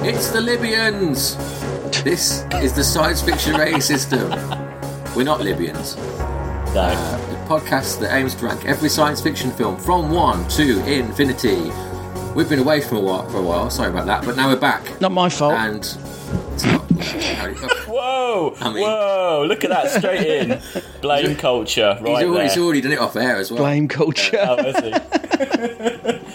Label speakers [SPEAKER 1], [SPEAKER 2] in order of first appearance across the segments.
[SPEAKER 1] It's the Libyans! This is the science fiction rating system. We're not Libyans.
[SPEAKER 2] No.
[SPEAKER 1] The podcast that aims to rank every science fiction film from one to infinity. We've been away from a while, for a while, sorry about that, but now we're back.
[SPEAKER 3] Not my fault.
[SPEAKER 1] And it's not.
[SPEAKER 2] Whoa!
[SPEAKER 1] I mean-
[SPEAKER 2] whoa! Look at that straight in. Blame culture,
[SPEAKER 1] He's
[SPEAKER 2] right
[SPEAKER 1] already, he's
[SPEAKER 2] there.
[SPEAKER 1] already done it off air as well.
[SPEAKER 3] Blame culture.
[SPEAKER 2] Oh, is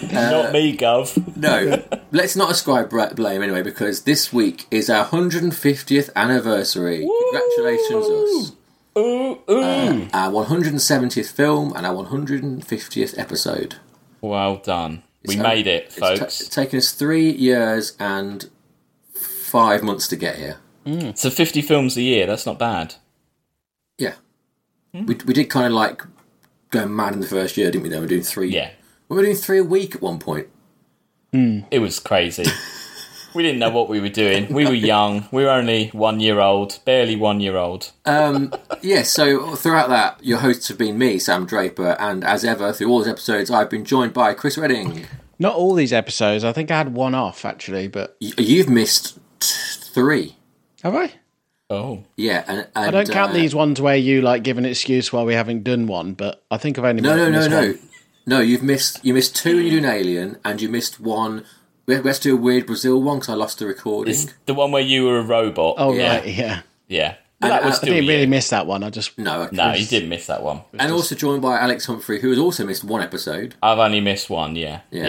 [SPEAKER 2] he?
[SPEAKER 1] Uh,
[SPEAKER 2] Not me, Gov.
[SPEAKER 1] No, let's not ascribe bra- blame anyway, because this week is our 150th anniversary. Congratulations, us.
[SPEAKER 2] Ooh, ooh.
[SPEAKER 1] Our 170th film and our 150th episode.
[SPEAKER 2] well done. We
[SPEAKER 1] So,
[SPEAKER 2] made it,
[SPEAKER 1] it's ta-
[SPEAKER 2] folks.
[SPEAKER 1] taken us three years and five months to get here.
[SPEAKER 2] so 50 films a year, that's not bad.
[SPEAKER 1] Yeah.
[SPEAKER 2] Hmm.
[SPEAKER 1] We, we did kind of like go mad in the first year, didn't we? Then we were doing three.
[SPEAKER 2] Yeah.
[SPEAKER 1] We were doing three a week at one point.
[SPEAKER 2] It was crazy. we didn't know what we were doing. We were young. We were only one year old, barely one year old.
[SPEAKER 1] Uh, Yeah, so throughout that, your hosts have been me, Sam Draper, and as ever, through all those episodes, I've been joined by Chris Redding.
[SPEAKER 3] Not all these episodes. I think I had one off actually, but
[SPEAKER 1] Y- You've missed t- three.
[SPEAKER 3] have I?
[SPEAKER 2] Oh.
[SPEAKER 1] Yeah, and, and
[SPEAKER 3] I don't count
[SPEAKER 1] uh,
[SPEAKER 3] these ones where you like give an excuse why we haven't done one, but I think I've only
[SPEAKER 1] No, no, no,
[SPEAKER 3] missed
[SPEAKER 1] no,
[SPEAKER 3] one.
[SPEAKER 1] no. You've missed you missed two when you do an alien, and you missed one. We had we had to do a weird Brazil one because I lost the recording.
[SPEAKER 2] It's the one where you were a robot.
[SPEAKER 3] Oh
[SPEAKER 1] Yeah.
[SPEAKER 3] right, yeah.
[SPEAKER 2] Yeah. Well, that
[SPEAKER 1] And,
[SPEAKER 2] was
[SPEAKER 1] uh, I
[SPEAKER 3] I
[SPEAKER 2] still
[SPEAKER 3] didn't
[SPEAKER 2] you.
[SPEAKER 3] really miss that one. I just
[SPEAKER 1] No, okay.
[SPEAKER 2] No, you didn't miss that one.
[SPEAKER 1] and also joined by Alex Humphrey, who has also missed one episode.
[SPEAKER 2] I've only missed one, yeah.
[SPEAKER 1] Yeah. Uh,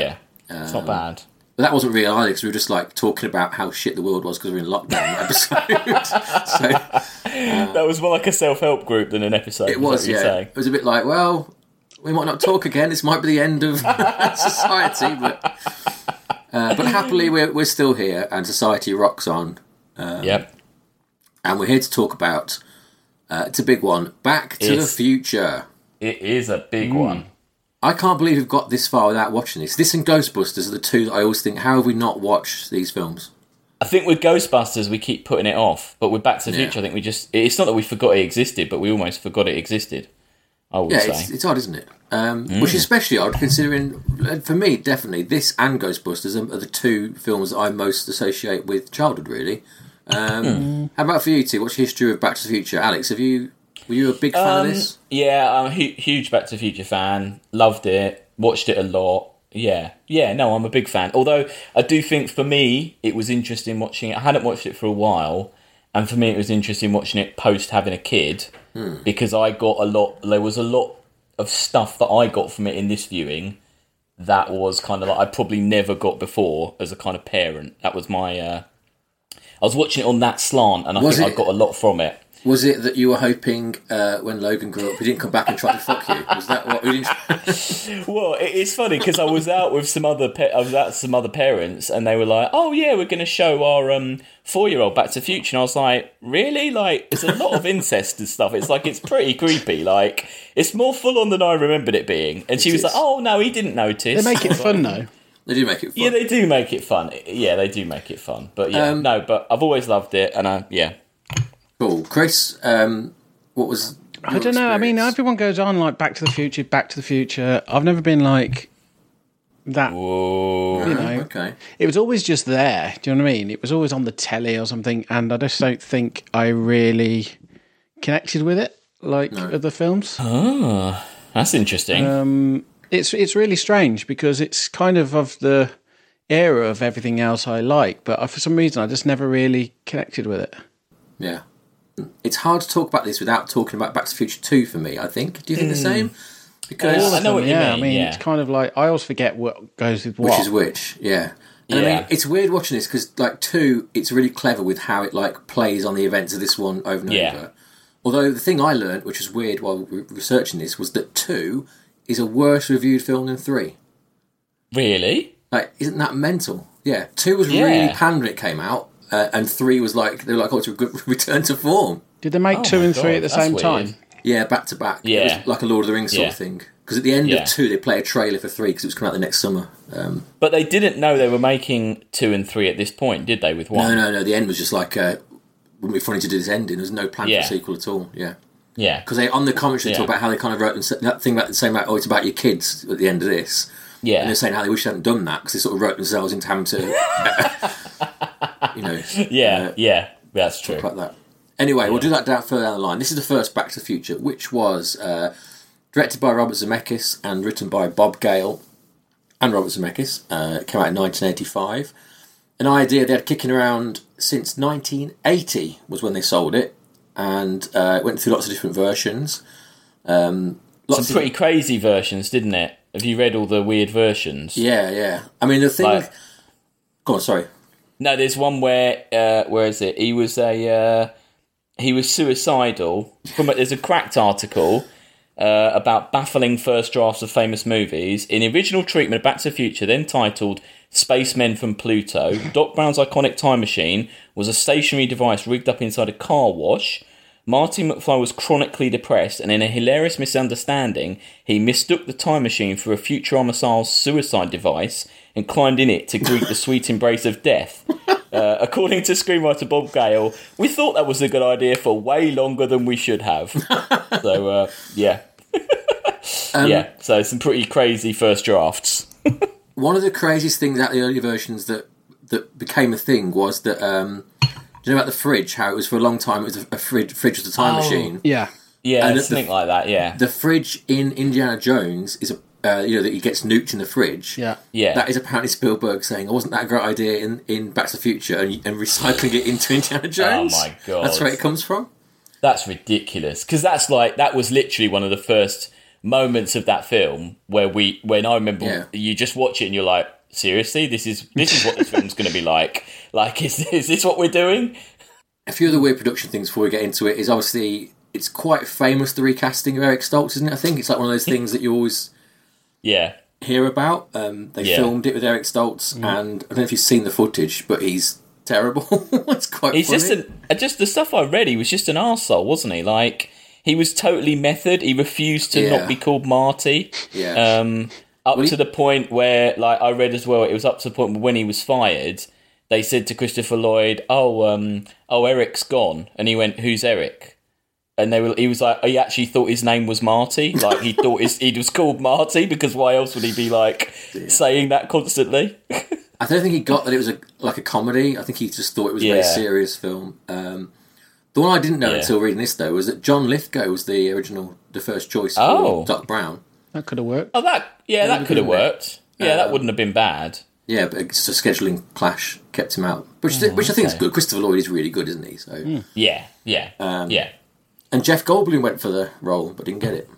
[SPEAKER 2] Yeah. it's not bad.
[SPEAKER 1] But that wasn't real either, 'cause we were just like talking about how shit the world was because we were in lockdown that episode. so
[SPEAKER 2] That was more like a self help group than an episode.
[SPEAKER 1] it was, yeah. It was a bit like, well, we might not talk again. This might be the end of society, but uh, but happily we're we're still here, and society rocks on. Um,
[SPEAKER 2] yep.
[SPEAKER 1] And we're here to talk about uh, it's a big one. Back to
[SPEAKER 2] It's-
[SPEAKER 1] the Future.
[SPEAKER 2] It is a big one.
[SPEAKER 1] I can't believe we've got this far without watching this. This and Ghostbusters are the two that I always think, how have we not watched these films?
[SPEAKER 2] I think with Ghostbusters, we keep putting it off, but with Back to the
[SPEAKER 1] Yeah.
[SPEAKER 2] Future, I think we just. It's not that we forgot it existed, but we almost forgot it existed, I would
[SPEAKER 1] Yeah,
[SPEAKER 2] say.
[SPEAKER 1] it's, it's odd, isn't it? Um, Which is especially odd considering, uh, for me, definitely, this and Ghostbusters are, are the two films that I most associate with childhood, really. Um, how about for you two? What's your history of Back to the Future? Alex, have you were you a big fan of this?
[SPEAKER 2] Yeah, I'm a hu- huge Back to the Future fan. Loved it. Watched it a lot. Yeah, yeah. No, I'm a big fan. Although I do think for me it was interesting watching it. I hadn't watched it for a while, and for me it was interesting watching it post having a kid
[SPEAKER 1] Hmm.
[SPEAKER 2] because I got a lot. There was a lot of stuff that I got from it in this viewing that was kind of like I probably never got before as a kind of parent. That was my. Uh, I was watching it on that slant, and I
[SPEAKER 1] Was
[SPEAKER 2] think
[SPEAKER 1] it-
[SPEAKER 2] I got a lot from it.
[SPEAKER 1] Was it that you were hoping uh, when Logan grew up he didn't come back and try to fuck you? Was that what we didn't?
[SPEAKER 2] Well, it- it's funny because I was out with some other pa- I was out with some other parents, and they were like, "Oh yeah, we're going to show our um, four year old Back to the Future," and I was like, "Really? Like, it's a lot of incest and stuff. It's like it's pretty creepy. Like, it's more full on than I remembered it being." And she
[SPEAKER 1] It
[SPEAKER 2] was
[SPEAKER 1] is.
[SPEAKER 2] like, "Oh no, he didn't notice."
[SPEAKER 3] They make it fun though.
[SPEAKER 1] They do make it. Fun.
[SPEAKER 2] yeah, they do make it fun. Yeah, they do make it fun. But yeah,
[SPEAKER 3] Um,
[SPEAKER 2] no, but I've always loved it, and I yeah,
[SPEAKER 1] Cool, Chris. Um, what was?
[SPEAKER 3] I don't know. I mean,
[SPEAKER 1] I've
[SPEAKER 3] everyone goes on like Back to the Future, Back to the Future. I've never been like that.
[SPEAKER 2] oh,
[SPEAKER 3] You know,
[SPEAKER 1] okay.
[SPEAKER 3] it was always just there. Do you know what I mean? It was always on the telly or something, and I just don't think I really connected with it like other films.
[SPEAKER 2] that's
[SPEAKER 3] Um,
[SPEAKER 2] interesting.
[SPEAKER 3] It's it's really strange because it's kind of of the era of everything else I like, but I, for some reason I just never really connected with it.
[SPEAKER 1] Yeah, it's hard to talk about this without talking about Back to the Future Two for me. I think. Do you think the same? Because
[SPEAKER 2] I know what you
[SPEAKER 3] yeah,
[SPEAKER 2] mean.
[SPEAKER 3] Mm. Oh, I mean,
[SPEAKER 2] yeah.
[SPEAKER 3] it's kind of like I always forget what goes with what.
[SPEAKER 1] which is which. Yeah. And I mean,
[SPEAKER 2] Yeah.
[SPEAKER 1] it's weird watching this because, like, two, it's really clever with how it like plays on the events of this one over and
[SPEAKER 2] Yeah.
[SPEAKER 1] over. Although the thing I learned, which was weird while re- researching this, was that two is a worse reviewed film than three.
[SPEAKER 2] really.
[SPEAKER 1] Like, isn't that mental? Yeah, two was
[SPEAKER 2] Yeah.
[SPEAKER 1] really panned when it came out, uh, and three was like they were like, "Oh, it's a good return to form."
[SPEAKER 3] Did they make
[SPEAKER 2] Oh
[SPEAKER 3] two
[SPEAKER 2] my
[SPEAKER 3] and three
[SPEAKER 2] God,
[SPEAKER 3] at the
[SPEAKER 2] that's
[SPEAKER 3] same
[SPEAKER 2] weird.
[SPEAKER 3] time?
[SPEAKER 1] Yeah, back to back. It
[SPEAKER 2] Yeah.
[SPEAKER 1] was like a Lord of the Rings sort
[SPEAKER 2] Yeah.
[SPEAKER 1] of thing. Because at the end
[SPEAKER 2] Yeah.
[SPEAKER 1] of two, they play a trailer for three because it was coming out the next summer. Um,
[SPEAKER 2] But they didn't know they were making two and three at this point, did they? With one,
[SPEAKER 1] no, no, no. The end was just like, uh, wouldn't it be funny to do this ending? There's no plan
[SPEAKER 2] Yeah.
[SPEAKER 1] for a sequel at all. Yeah.
[SPEAKER 2] yeah,
[SPEAKER 1] Because they on the commentary
[SPEAKER 2] Yeah.
[SPEAKER 1] talk about how they kind of wrote and said- that thing about the same about oh, it's about your kids at the end of this. And
[SPEAKER 2] yeah,
[SPEAKER 1] they're saying how they wish they hadn't done that because they sort of wrote themselves into having to you know, uh,
[SPEAKER 2] yeah, yeah, that's true.
[SPEAKER 1] like that. Anyway, we'll do that down further down the line. This is the first Back to the Future, which was uh, directed by Robert Zemeckis and written by Bob Gale and Robert Zemeckis. Uh, it came out in 1985. An idea they had kicking around since 1980 was when they sold it, and uh, it went through lots of different versions. Um, lots
[SPEAKER 2] Some pretty crazy versions, didn't it? Have you read all the weird versions?
[SPEAKER 1] Yeah, yeah. I mean, the thing.
[SPEAKER 2] Like-
[SPEAKER 1] Go on, sorry.
[SPEAKER 2] No, there's one where uh, where is it? He was a uh, he was suicidal. From a, there's a cracked article uh, about baffling first drafts of famous movies in the original treatment of Back to the Future, then titled "Spacemen from Pluto." Doc Brown's iconic time machine was a stationary device rigged up inside a car wash. Marty McFly was chronically depressed, and in a hilarious misunderstanding, he mistook the time machine for a Futurama style suicide device and climbed in it to greet the sweet embrace of death. Uh, according to screenwriter Bob Gale, we thought that was a good idea for way longer than we should have. so, uh, yeah.
[SPEAKER 1] Um,
[SPEAKER 2] yeah, so some pretty crazy first drafts.
[SPEAKER 1] one of the craziest things out of the early versions that that became a thing was that um do you know about the fridge how it was for a long time it was a, a fridge fridge was a time machine
[SPEAKER 3] Yeah.
[SPEAKER 2] Yeah,
[SPEAKER 1] And the-
[SPEAKER 2] something like that, yeah.
[SPEAKER 1] the fridge in indiana jones is a uh, you know that he gets nuked in the fridge
[SPEAKER 3] Yeah.
[SPEAKER 2] yeah.
[SPEAKER 1] that is apparently Spielberg saying, "I wasn't that a great idea in, in Back to the Future," and, and recycling it into Indiana Jones.
[SPEAKER 2] Oh my God.
[SPEAKER 1] That's where it comes from.
[SPEAKER 2] That's ridiculous because that's like that was literally one of the first moments of that film where we when I remember
[SPEAKER 1] Yeah.
[SPEAKER 2] you just watch it and you're like seriously this is this is what this film's going to be like like is is this what we're doing
[SPEAKER 1] A few of the weird production things before we get into it is obviously it's quite famous the recasting of Eric Stoltz, isn't it? I think it's like one of those things that you always
[SPEAKER 2] yeah
[SPEAKER 1] hear about. Um, they
[SPEAKER 2] Yeah. Mm-hmm.
[SPEAKER 1] filmed it with Eric Stoltz, and I don't know if you've seen the footage, but he's terrible. it's quite
[SPEAKER 2] he's
[SPEAKER 1] funny.
[SPEAKER 2] just an uh, just the stuff I read he was just an arsehole wasn't he like he was totally method he refused to
[SPEAKER 1] Yeah.
[SPEAKER 2] not be called Marty
[SPEAKER 1] yeah.
[SPEAKER 2] um, up
[SPEAKER 1] he-
[SPEAKER 2] to the point where, like, I read as well, it was up to the point when he was fired. They said to Christopher Lloyd, "Oh, um, oh, Eric's gone," and he went, "Who's Eric?" And they were, he was like, he actually thought his name was Marty. Like he thought his, he was called Marty because why else would he be like saying that constantly?
[SPEAKER 1] I don't think he got that it was a like a comedy. I think he just thought it was a very
[SPEAKER 2] Yeah.
[SPEAKER 1] serious film. Um, the one I didn't know
[SPEAKER 2] Yeah.
[SPEAKER 1] until reading this though was that John Lithgow was the original, the first choice
[SPEAKER 2] Oh.
[SPEAKER 1] for Doc Brown.
[SPEAKER 3] That could have worked.
[SPEAKER 2] Oh, that yeah, that could have
[SPEAKER 1] wouldn't it?
[SPEAKER 2] worked. Yeah,
[SPEAKER 1] Uh,
[SPEAKER 2] that wouldn't have been bad.
[SPEAKER 1] Yeah, but it's a scheduling clash kept him out, which which I think is
[SPEAKER 2] Oh, okay. Hmm.
[SPEAKER 1] good. Christopher Lloyd is really good, isn't he? So
[SPEAKER 2] Yeah, yeah,
[SPEAKER 1] Um,
[SPEAKER 2] yeah.
[SPEAKER 1] and Jeff Goldblum went for the role but didn't get
[SPEAKER 2] Hmm.
[SPEAKER 1] it.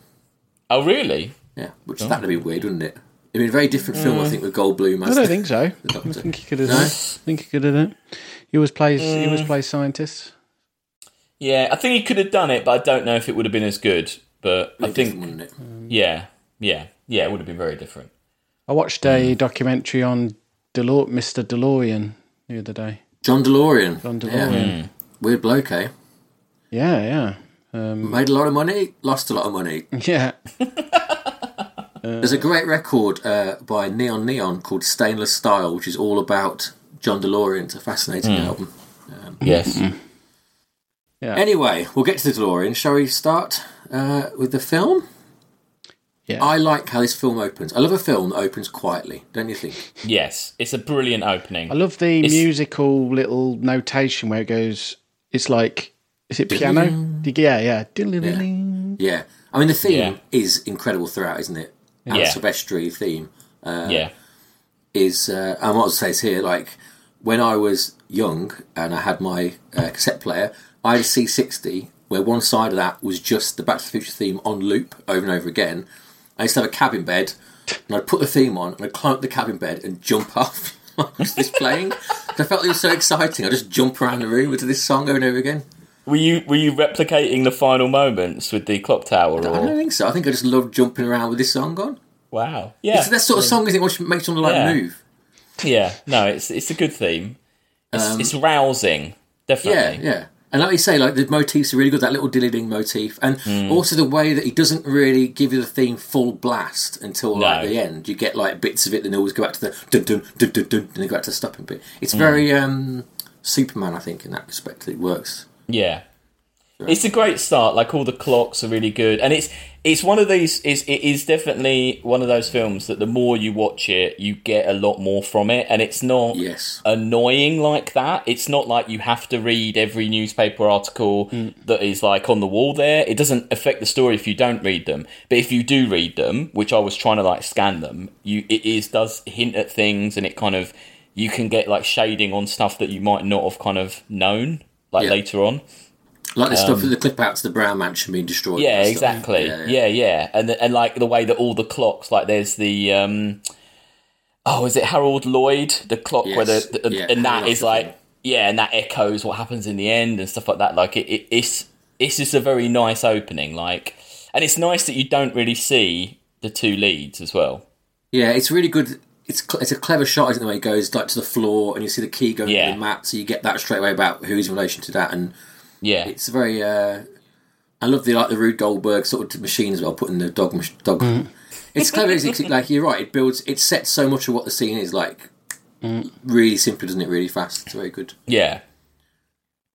[SPEAKER 2] Oh, really?
[SPEAKER 1] Yeah, which
[SPEAKER 2] Oh.
[SPEAKER 1] that'd be weird, wouldn't it? It'd be a very different film,
[SPEAKER 2] Hmm.
[SPEAKER 1] I think, with Goldblum.
[SPEAKER 3] I don't think so. I
[SPEAKER 1] The Doctor.
[SPEAKER 3] think he could have
[SPEAKER 1] No?
[SPEAKER 3] done. it. I think he could have done. it. He always plays. He
[SPEAKER 2] Mm.
[SPEAKER 3] always plays scientists.
[SPEAKER 2] Yeah, I think he could have done it, but I don't know if it would have been as good. But I think
[SPEAKER 1] wouldn't it?
[SPEAKER 2] Yeah, yeah, yeah. It would have been very different.
[SPEAKER 3] I watched a
[SPEAKER 1] Mm.
[SPEAKER 3] documentary on DeLore, Mr. DeLorean the other day.
[SPEAKER 1] John DeLorean.
[SPEAKER 3] John
[SPEAKER 1] Yeah.
[SPEAKER 2] Mm.
[SPEAKER 3] DeLorean.
[SPEAKER 1] Weird bloke, eh?
[SPEAKER 3] Yeah, yeah,
[SPEAKER 1] Made a lot of money, lost a lot of money.
[SPEAKER 3] yeah.
[SPEAKER 1] There's a great record uh, by Neon Neon called Stainless Style, which is all about John DeLorean. It's a fascinating album.
[SPEAKER 2] Yes.
[SPEAKER 1] Anyway, we'll get to the DeLorean. Shall we start uh, with the film?
[SPEAKER 3] Yeah.
[SPEAKER 1] I like how this film opens. I love a film that opens quietly, don't you think?
[SPEAKER 2] yes. It's a brilliant opening.
[SPEAKER 3] I love the
[SPEAKER 2] It's-
[SPEAKER 3] musical little notation where it goes. It's like, is it piano? Yeah, yeah. Diddly-diddly.
[SPEAKER 1] Yeah. I mean, the theme
[SPEAKER 2] Yeah.
[SPEAKER 1] is incredible throughout, isn't it? Alan
[SPEAKER 2] Yeah.
[SPEAKER 1] Silvestri theme.
[SPEAKER 2] yeah.
[SPEAKER 1] is uh, and what I'll say is here like when I was young and I had my uh, cassette player, I had a C60 where one side of that was just the Back to the Future theme on loop over and over again. I used to have a cabin bed and I'd put the theme on and I'd climb up the cabin bed and jump off. Just this playing, 'Cause I felt it was so exciting. I just jump around the room to this song over and over again.
[SPEAKER 2] Were you were you replicating the final moments with the clock tower?
[SPEAKER 1] I don't
[SPEAKER 2] Or
[SPEAKER 1] think so. I think I just loved jumping around with this song on.
[SPEAKER 2] wow. Yeah.
[SPEAKER 1] It's that sort of song, isn't it? What makes someone like
[SPEAKER 2] Yeah.
[SPEAKER 1] move?
[SPEAKER 2] yeah. No, it's it's a good theme. It's, it's rousing.
[SPEAKER 1] Um, Yeah,
[SPEAKER 2] Definitely.
[SPEAKER 1] yeah. And like you say, like the motifs are really good. That little dilly ding motif, and
[SPEAKER 2] Hmm.
[SPEAKER 1] also the way that he doesn't really give you the theme full blast until like
[SPEAKER 2] No.
[SPEAKER 1] the end. You get like bits of it, then they always go back to the dun dun dun dun dun, and they go back to the stopping bit. It's
[SPEAKER 2] Hmm.
[SPEAKER 1] very um, Superman, I think, in that respect. It works.
[SPEAKER 2] Yeah. It's a great start. Like all the clocks are really good, and it's it's one of these. Is it is definitely one of those films that the more you watch it, you get a lot more from it, and it's not
[SPEAKER 1] Yes.
[SPEAKER 2] annoying like that. It's not like you have to read every newspaper article that is like on the wall there. It doesn't affect the story if you don't read them. But if you do read them, which I was trying to like scan them, you it is does hint at things and it kind of you can get like shading on stuff that you might not have kind of known like
[SPEAKER 1] Yeah.
[SPEAKER 2] later on.
[SPEAKER 1] Like the stuff with the clip outs, the brown mansion being destroyed.
[SPEAKER 2] Um, Yeah,
[SPEAKER 1] and stuff.
[SPEAKER 2] exactly. Yeah, yeah, and the, and like the way that all the clocks, like there's the um, oh, is it Harold Lloyd? The clock where
[SPEAKER 1] Yes,
[SPEAKER 2] the, the
[SPEAKER 1] yeah,
[SPEAKER 2] and that
[SPEAKER 1] Harold
[SPEAKER 2] is
[SPEAKER 1] Lloyd.
[SPEAKER 2] like yeah, and that echoes what happens in the end and stuff like that. Like it, it it's it's just a very nice opening. Like, and it's nice that you don't really see the two leads as well.
[SPEAKER 1] Yeah, it's really good. It's cl- it's a clever shot, isn't it? Where it goes like to the floor, and you see the key going
[SPEAKER 2] Yeah.
[SPEAKER 1] to the map, so you get that straight away about who's in relation to that. And
[SPEAKER 2] Yeah,
[SPEAKER 1] it's very. Uh, I love the like the Rude Goldberg sort of machine as well, putting the dog mach- dog. It's clever, isn't it? 'Cause it- Like you're right, it builds, it sets so much of what the scene is like. Really simply, doesn't it? Really fast. It's very good.
[SPEAKER 2] yeah.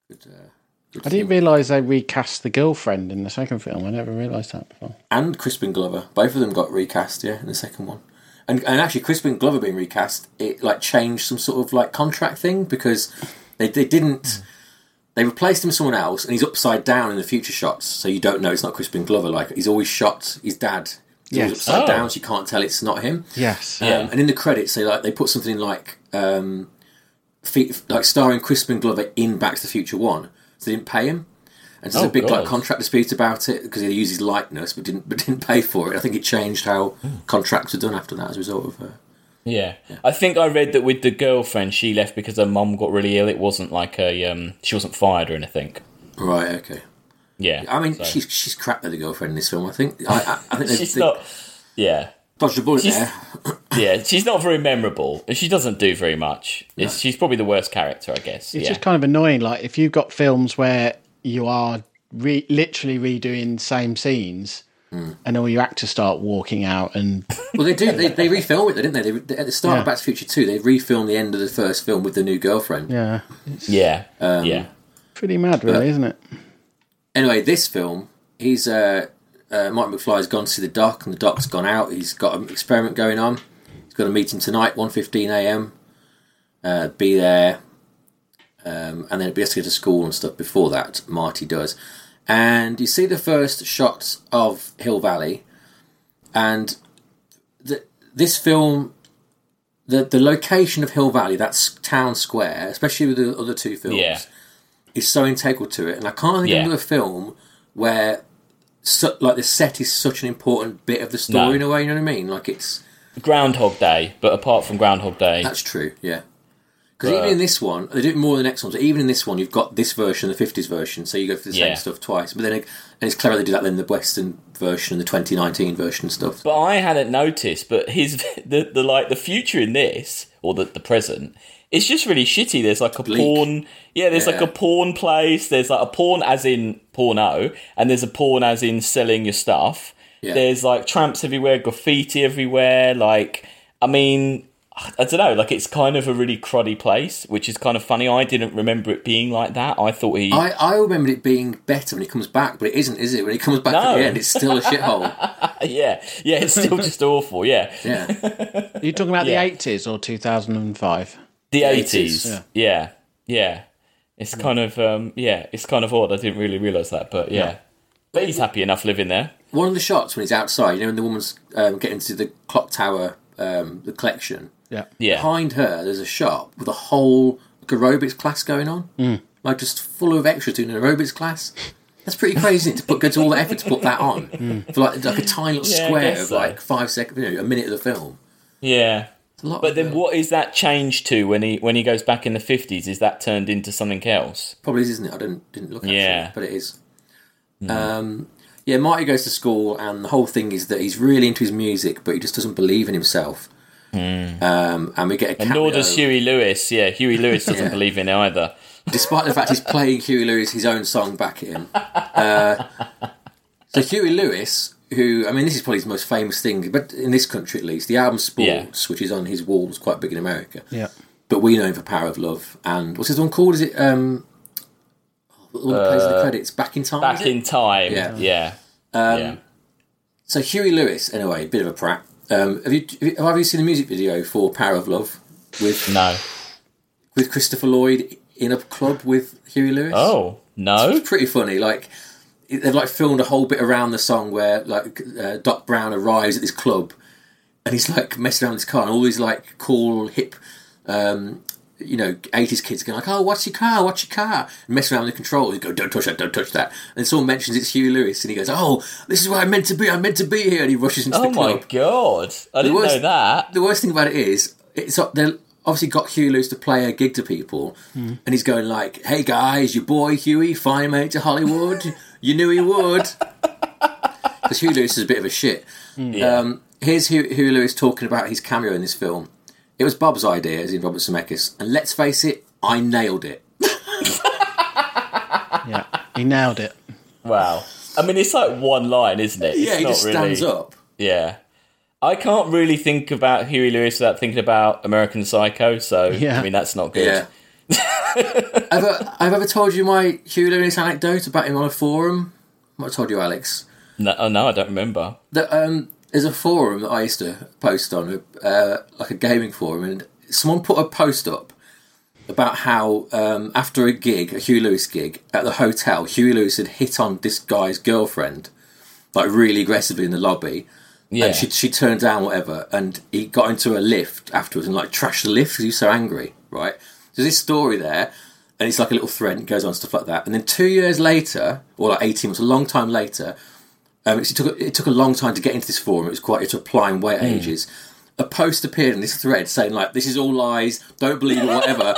[SPEAKER 1] good, uh, good
[SPEAKER 3] I
[SPEAKER 1] thing.
[SPEAKER 3] didn't realise they recast the girlfriend in the second film. I never realised that before.
[SPEAKER 1] and Crispin Glover, both of them got recast. Yeah, in the second one. And, and actually, Crispin Glover being recast, it like changed some sort of like contract thing because they, they didn't. They replaced him with someone else, and he's upside down in the future shots, so you don't know it's not Crispin Glover. Like he's always shot his dad. He's always
[SPEAKER 3] Yes.
[SPEAKER 1] upside
[SPEAKER 2] Oh.
[SPEAKER 1] down, so you can't tell it's not him.
[SPEAKER 3] Yes.
[SPEAKER 2] Yeah.
[SPEAKER 1] Um, and in the credits, they like they put something like um, fe like starring Crispin Glover in Back to the Future One. So they didn't pay him, and so there's
[SPEAKER 2] Oh,
[SPEAKER 1] a big like
[SPEAKER 2] God.
[SPEAKER 1] contract dispute about it because he used his likeness but didn't but didn't pay for it. I think it changed how
[SPEAKER 2] Hmm.
[SPEAKER 1] contracts are done after that as a result of. Uh,
[SPEAKER 2] Yeah. I think I read that with the girlfriend, she left because her mum got really ill. It wasn't like a um, she wasn't fired or anything.
[SPEAKER 1] right. Okay.
[SPEAKER 2] Yeah,
[SPEAKER 1] I mean,
[SPEAKER 2] so-
[SPEAKER 1] she's she's crap at the girlfriend in this film. I think. I, I, I think they,
[SPEAKER 2] she's
[SPEAKER 1] they
[SPEAKER 2] not. Yeah,
[SPEAKER 1] dodged a bullet
[SPEAKER 2] she's-
[SPEAKER 1] there.
[SPEAKER 2] yeah, she's not very memorable. She doesn't do very much. It's, she's probably the worst character, I guess.
[SPEAKER 3] It's
[SPEAKER 2] yeah.
[SPEAKER 3] just kind of annoying. Like if you've got films where you are re- literally redoing same scenes,
[SPEAKER 2] Hmm.
[SPEAKER 3] and all your actors start walking out, and
[SPEAKER 1] Well, they do. They, they refilm it, didn't they? they? they- At the start of
[SPEAKER 3] Yeah.
[SPEAKER 1] Back to the Future Two, they refilmed the end of the first film with the new girlfriend.
[SPEAKER 3] yeah,
[SPEAKER 2] yeah,
[SPEAKER 3] um,
[SPEAKER 2] yeah,
[SPEAKER 3] pretty mad, really, isn't it?
[SPEAKER 1] anyway, this film, he's uh, uh, Mike McFly's gone to see the doc, and the doc's gone out. He's got an experiment going on. He's got a meeting tonight, 1.15 a.m. Uh, be there, um, and then he has to go to school and stuff. Before that, Marty does, and you see the first shots of Hill Valley, and the, this film. The, the location of Hill Valley, that s- town square, especially with the other two films,
[SPEAKER 2] yeah.
[SPEAKER 1] is so integral to it, and I can't think
[SPEAKER 2] Yeah.
[SPEAKER 1] of another film where su- like the set is such an important bit of the story
[SPEAKER 2] No.
[SPEAKER 1] in a way. You know what I mean? Like it's
[SPEAKER 2] Groundhog Day, but apart from Groundhog Day,
[SPEAKER 1] that's true, yeah. Because
[SPEAKER 2] But-
[SPEAKER 1] even in this one, they do it more than the next one. So even in this one, you've got this version, the '50s version, so you go for the
[SPEAKER 2] Yeah.
[SPEAKER 1] same stuff twice. But then, it- and it's clever they do that then the Western version and the 2019 version and stuff.
[SPEAKER 2] But I hadn't noticed. But his the, the like the future in this or the the present. It's just really shitty. There's like a
[SPEAKER 1] Bleak.
[SPEAKER 2] porn, yeah. There's like
[SPEAKER 1] Yeah.
[SPEAKER 2] a porn place. There's like a porn as in porno, and there's a porn as in selling your stuff.
[SPEAKER 1] Yeah.
[SPEAKER 2] There's like tramps everywhere, graffiti everywhere. Like, I mean, I don't know. Like, it's kind of a really cruddy place, which is kind of funny. I didn't remember it being like that. I thought he,
[SPEAKER 1] I, I remembered it being better when it comes back, but it isn't, is it? When it comes back
[SPEAKER 2] No.
[SPEAKER 1] at the end, it's still a shithole.
[SPEAKER 2] yeah, yeah. It's still just awful. Yeah,
[SPEAKER 1] Yeah.
[SPEAKER 3] Are you talking about
[SPEAKER 2] Yeah.
[SPEAKER 3] the eighties or two thousand and five?
[SPEAKER 2] the
[SPEAKER 1] 80s,
[SPEAKER 2] eighties. Yeah. yeah, It's kind of um, yeah, it's kind of odd. I didn't really realize that, but yeah. But he's happy enough living there.
[SPEAKER 1] one of the shots when he's outside, you know, when the woman's um, getting to the clock tower, um, the collection.
[SPEAKER 3] Yeah.
[SPEAKER 2] Yeah,
[SPEAKER 1] Behind her, there's a shop with a whole like, aerobics class going on, like just full of extras doing an aerobics class. That's pretty crazy isn't it, to put go to all the effort to put that on for like like a tiny little
[SPEAKER 2] Yeah, I
[SPEAKER 1] square
[SPEAKER 2] guess
[SPEAKER 1] of
[SPEAKER 2] so.
[SPEAKER 1] like five seconds, you know, a minute of the film.
[SPEAKER 2] yeah.
[SPEAKER 1] It's a lot.
[SPEAKER 2] But
[SPEAKER 1] of,
[SPEAKER 2] then,
[SPEAKER 1] uh,
[SPEAKER 2] what is that changed to when he when he goes back in the fifties? Is that turned into something else?
[SPEAKER 1] Probably is, isn't it? I didn't didn't look at
[SPEAKER 2] Yeah. Mm.
[SPEAKER 1] it, but it is. Um, yeah, Marty goes to school, and the whole thing is that he's really into his music, but he just doesn't believe in himself. Um, and we get a cameo.
[SPEAKER 2] Mm. Nor does Huey Lewis. Yeah, Huey Lewis doesn't
[SPEAKER 1] Yeah.
[SPEAKER 2] believe in it either.
[SPEAKER 1] despite the fact he's playing Huey Lewis his own song back at him. Uh, so Huey Lewis, who I mean, this is probably his most famous thing, but in this country at least, the album Sports, which is on his wall, was quite big in America.
[SPEAKER 3] Yeah.
[SPEAKER 1] But we know him for Power of Love and what's his one called? Is it um, oh, the one that plays in the credits? Uh, Back in Time.
[SPEAKER 2] Back
[SPEAKER 1] is it?
[SPEAKER 2] in time.
[SPEAKER 1] Yeah.
[SPEAKER 2] Yeah. yeah.
[SPEAKER 1] So Huey Lewis, anyway, a bit of a prat. Um, have you have you seen the music video for Power of Love with
[SPEAKER 2] No.
[SPEAKER 1] with Christopher Lloyd in a club with Huey Lewis?
[SPEAKER 2] Oh no.
[SPEAKER 1] It's pretty funny. Like it- they've like filmed a whole bit around the song where like uh, Doc Brown arrives at this club and he's like messing around with his car and all these like cool hip, um, you know, eighties kids going like, "Oh, what's your car? What's your car?" And messing around with the controls. He go, "Don't touch that! Don't touch that!" And someone mentions it's Hugh Lewis and he goes, "Oh, this is where I meant to be. I meant to be here." And he rushes into
[SPEAKER 2] Oh
[SPEAKER 1] the
[SPEAKER 2] my
[SPEAKER 1] club.
[SPEAKER 2] god! I didn't
[SPEAKER 1] worst-
[SPEAKER 2] know that.
[SPEAKER 1] The worst thing about it is, it's they obviously got Huey Lewis to play a gig to people, and he's going like, "Hey guys, your boy Huey, fine mate to Hollywood. you knew he would." Because Huey Lewis is a bit of a shit.
[SPEAKER 2] Yeah.
[SPEAKER 1] Um, here's Huey, Huey Lewis talking about his cameo in this film. It was Bob's idea, as in Robert Zemeckis, and let's face it, I nailed it.
[SPEAKER 3] Yeah, he nailed it.
[SPEAKER 2] wow. I mean, it's like one line, isn't it? It's
[SPEAKER 1] Yeah, he
[SPEAKER 2] not
[SPEAKER 1] just
[SPEAKER 2] really-
[SPEAKER 1] stands up.
[SPEAKER 2] Yeah. I can't really think about Huey Lewis without thinking about American Psycho. So
[SPEAKER 3] Yeah.
[SPEAKER 2] I mean, that's not good.
[SPEAKER 1] Yeah. I've, I've ever told you my Huey Lewis anecdote about him on a forum. What I told you, Alex.
[SPEAKER 2] No, oh, no, I don't remember.
[SPEAKER 1] that um, there's a forum that I used to post on, uh, like a gaming forum, and someone put a post up about how um, after a gig, a Huey Lewis gig at the hotel, Huey Lewis had hit on this guy's girlfriend, like really aggressively in the lobby.
[SPEAKER 2] Yeah.
[SPEAKER 1] And she she turned down whatever, and he got into a lift afterwards and like trashed the lift because he was so angry, right? So this story there, and it's like a little thread and it goes on stuff like that. And then two years later, or like eighteen months, a long time later, um, it took it took a long time to get into this forum. It was quite it's applying wait ages. A post appeared in this thread saying like, "This is all lies. Don't believe it, whatever."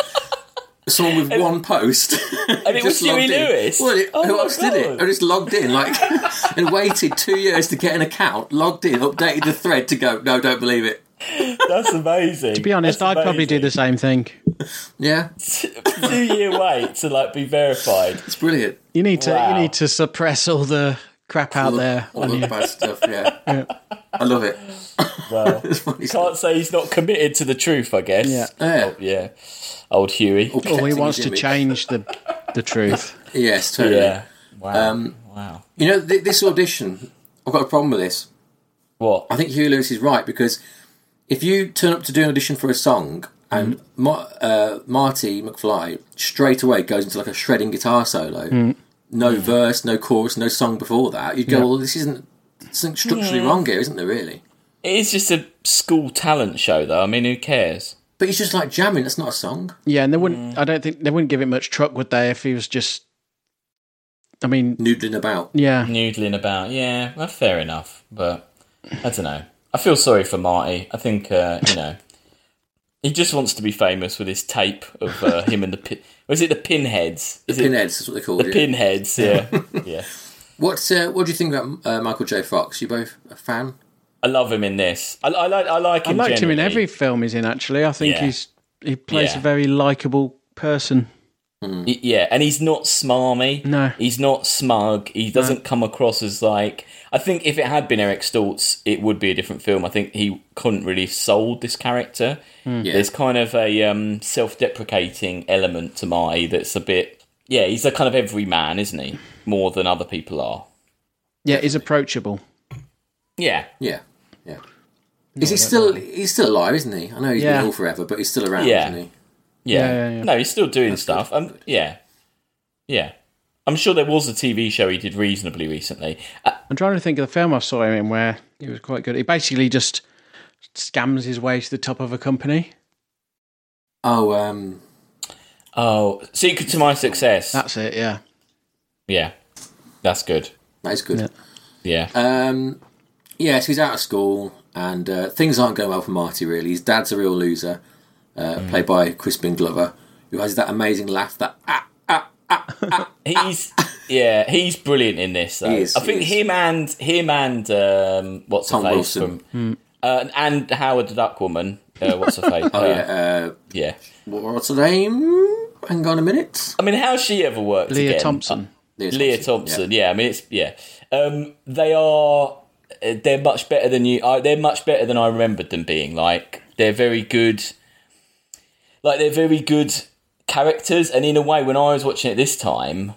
[SPEAKER 1] Someone with one post, and
[SPEAKER 2] it was Huey Lewis?
[SPEAKER 1] Well, it,
[SPEAKER 2] Oh
[SPEAKER 1] who
[SPEAKER 2] my
[SPEAKER 1] else did it?
[SPEAKER 2] God.
[SPEAKER 1] I just logged in, like, and waited two years to get an account. Logged in, updated the thread to go. No, don't believe it.
[SPEAKER 2] That's amazing.
[SPEAKER 3] To be honest, I'd probably do the same thing.
[SPEAKER 1] Yeah,
[SPEAKER 2] two year wait to like be verified.
[SPEAKER 1] it's brilliant.
[SPEAKER 3] You need to
[SPEAKER 2] Wow.
[SPEAKER 3] you need to suppress all the crap out there.
[SPEAKER 1] all the bad stuff. Yeah.
[SPEAKER 3] Yeah.
[SPEAKER 1] I love it.
[SPEAKER 2] Well,
[SPEAKER 1] It's funny stuff.
[SPEAKER 2] can't say he's not committed to the truth. I guess.
[SPEAKER 3] Yeah.
[SPEAKER 1] Yeah.
[SPEAKER 2] Oh, yeah. Old Huey.
[SPEAKER 3] Or he
[SPEAKER 1] Protecting
[SPEAKER 3] wants to
[SPEAKER 1] Jimmy.
[SPEAKER 3] change the the truth.
[SPEAKER 1] Yes, totally.
[SPEAKER 2] Yeah. Wow. wow.
[SPEAKER 1] You know, th- this audition, I've got a problem with this.
[SPEAKER 2] What?
[SPEAKER 1] I think Huey Lewis is right because if you turn up to do an audition for a song and Ma- uh, Marty McFly straight away goes into like a shredding guitar solo, no verse, no chorus, no song before that, you'd go, well, this isn't, something structurally wrong here, isn't there, really?
[SPEAKER 2] It is just a school talent show, though. I mean, who cares?
[SPEAKER 1] But he's just like jamming, that's not a song.
[SPEAKER 3] Yeah, and they
[SPEAKER 2] Mm.
[SPEAKER 3] wouldn't. I don't think they wouldn't give it much truck, would they? If he was just, I mean,
[SPEAKER 1] Noodling about.
[SPEAKER 3] yeah,
[SPEAKER 2] Noodling about. Yeah, well, fair enough. But I don't know. I feel sorry for Marty. I think, uh, you know, he just wants to be famous with his tape of uh, him and the. Pin- was it the pinheads? Is it
[SPEAKER 1] Pinheads, that's what they call
[SPEAKER 2] the
[SPEAKER 1] it.
[SPEAKER 2] pinheads? Yeah. yeah.
[SPEAKER 1] What's, uh, what do you think about uh, Michael J. Fox? You both a fan?
[SPEAKER 2] I love him in this. I, I like. I like
[SPEAKER 3] I
[SPEAKER 2] him.
[SPEAKER 3] liked him in
[SPEAKER 2] generally.
[SPEAKER 3] every film he's in. Actually, I think
[SPEAKER 2] Yeah.
[SPEAKER 3] he's he plays
[SPEAKER 2] Yeah.
[SPEAKER 3] a very likable person.
[SPEAKER 2] Y- Yeah, and he's not smarmy.
[SPEAKER 3] No.
[SPEAKER 2] He's not smug. He doesn't come across as like. I think if it had been Eric Stoltz, it would be a different film. I think he couldn't really have sold this character.
[SPEAKER 3] Hmm.
[SPEAKER 2] There's kind of a um, self deprecating element to Marty that's a bit. Yeah, he's a kind of everyman, isn't he? More than other people are.
[SPEAKER 3] Yeah, he's approachable.
[SPEAKER 2] Yeah.
[SPEAKER 1] Yeah. Yeah. Is he still? He's still alive, isn't he? I know he's
[SPEAKER 3] Yeah.
[SPEAKER 1] been ill forever, but he's still around,
[SPEAKER 2] Yeah.
[SPEAKER 1] isn't he?
[SPEAKER 2] Yeah.
[SPEAKER 3] Yeah, yeah, yeah.
[SPEAKER 2] No, he's still doing stuff. Um, yeah. Yeah. I'm sure there was a TV show he did reasonably recently. Uh,
[SPEAKER 3] I'm trying to think of the film I saw him in where he was quite good. He basically just scams his way to the top of a company.
[SPEAKER 1] Oh, um,
[SPEAKER 2] oh, Secret to My Success.
[SPEAKER 3] That's it. Yeah.
[SPEAKER 2] Yeah, that's good.
[SPEAKER 1] that is good.
[SPEAKER 3] Yeah.
[SPEAKER 2] Yeah,
[SPEAKER 1] Um, yeah, so he's out of school, and uh, things aren't going well for Marty. Really, his dad's a real loser, uh,
[SPEAKER 2] Mm.
[SPEAKER 1] played by Crispin Glover, who has that amazing laugh. That ah,
[SPEAKER 2] he's yeah he's brilliant in this. Though.
[SPEAKER 1] He is,
[SPEAKER 2] I
[SPEAKER 1] he
[SPEAKER 2] think
[SPEAKER 1] is.
[SPEAKER 2] him and him and um, what's
[SPEAKER 1] Tom
[SPEAKER 2] her face
[SPEAKER 1] Wilson.
[SPEAKER 2] from uh, and Howard the Duck Woman. Uh, what's her face?
[SPEAKER 1] oh yeah, uh,
[SPEAKER 2] yeah.
[SPEAKER 1] what- what's her name? Hang on a minute.
[SPEAKER 2] I mean, how's she ever worked?
[SPEAKER 3] Leah
[SPEAKER 2] again? Uh,
[SPEAKER 3] Thompson.
[SPEAKER 2] Leah Thompson. Yeah. I mean it's yeah. Um, they are uh, they're much better than you. I, they're much better than I remembered them being. Like they're very good. Like they're very good characters, and in a way, when I was watching it this time,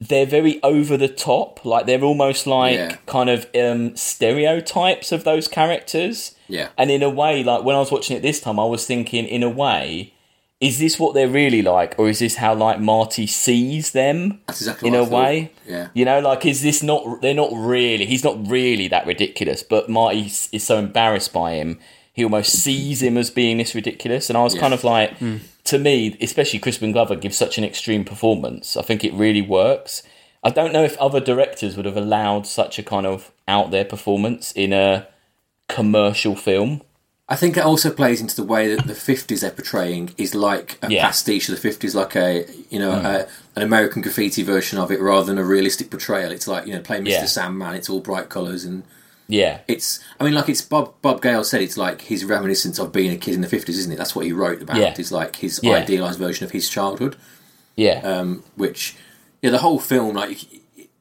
[SPEAKER 2] they're very over the top. Like they're almost like
[SPEAKER 1] Yeah.
[SPEAKER 2] kind of um, stereotypes of those characters.
[SPEAKER 1] Yeah.
[SPEAKER 2] And in a way, like when I was watching it this time, I was thinking, in a way, is this what they're really like, or is this how like Marty sees them?
[SPEAKER 1] That's exactly
[SPEAKER 2] in
[SPEAKER 1] what I
[SPEAKER 2] a
[SPEAKER 1] thought.
[SPEAKER 2] way.
[SPEAKER 1] Yeah.
[SPEAKER 2] You know, like is this not? They're not really. He's not really that ridiculous, but Marty s- is so embarrassed by him. He almost sees him as being this ridiculous, and I was kind of like, to me, especially Crispin Glover gives such an extreme performance. I think it really works. I don't know if other directors would have allowed such a kind of out there performance in a commercial film.
[SPEAKER 1] I think it also plays into the way that the 50s they're portraying is like a
[SPEAKER 2] Yeah. Mm.
[SPEAKER 1] pastiche of the 50s, like a, you know, a, an American graffiti version of it rather than a realistic portrayal. It's like, you know, play Mr.
[SPEAKER 2] Yeah.
[SPEAKER 1] Sandman, it's all bright colours and
[SPEAKER 2] Yeah,
[SPEAKER 1] it's, I mean, like it's Bob, Bob Gale said, it's like his reminiscence of being a kid in the 50s, isn't it? That's what he wrote about.
[SPEAKER 2] Yeah.
[SPEAKER 1] It's like his
[SPEAKER 2] Yeah.
[SPEAKER 1] idealised version of his childhood
[SPEAKER 2] yeah,
[SPEAKER 1] um, which yeah, the whole film like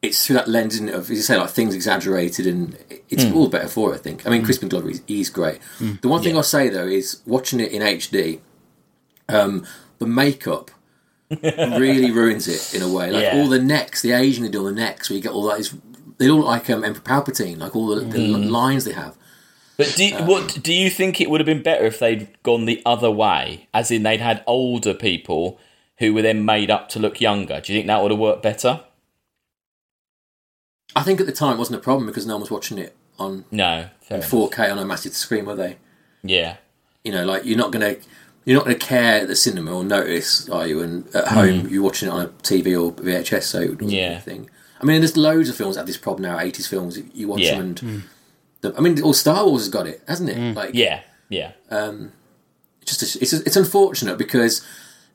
[SPEAKER 1] it's through that lens isn't it, of as you say like things exaggerated and it's
[SPEAKER 2] Hmm.
[SPEAKER 1] all better for it. I think. I mean, Crispin Glover he's, he's great. The one thing I'll say though is watching it in HD, um, the makeup. really ruins it in a way. Like
[SPEAKER 2] Yeah.
[SPEAKER 1] all the necks, the Asian they do on the necks, where you get all that is they look like um, Emperor Palpatine, like all the, the
[SPEAKER 2] Hmm.
[SPEAKER 1] lines they have.
[SPEAKER 2] But do
[SPEAKER 1] Um,
[SPEAKER 2] what do you think it would have been better if they'd gone the other way, as in they'd had older people who were then made up to look younger? Do you think that would have worked better?
[SPEAKER 1] I think at the time it wasn't a problem because no one was watching it on
[SPEAKER 2] No, fair enough.
[SPEAKER 1] 4K on a massive screen, were they?
[SPEAKER 2] yeah,
[SPEAKER 1] you know like you're not gonna you're not gonna care at the cinema or notice are you and at home you're watching it on a tv or vhs so it wasn't
[SPEAKER 2] Hmm. Yeah.
[SPEAKER 1] a thing i mean there's loads of films that have this problem now 80s films you watch
[SPEAKER 2] Yeah.
[SPEAKER 1] them and the, i mean all star wars has got it hasn't it like
[SPEAKER 2] Hmm. yeah, yeah,
[SPEAKER 1] it's just it's, it's unfortunate because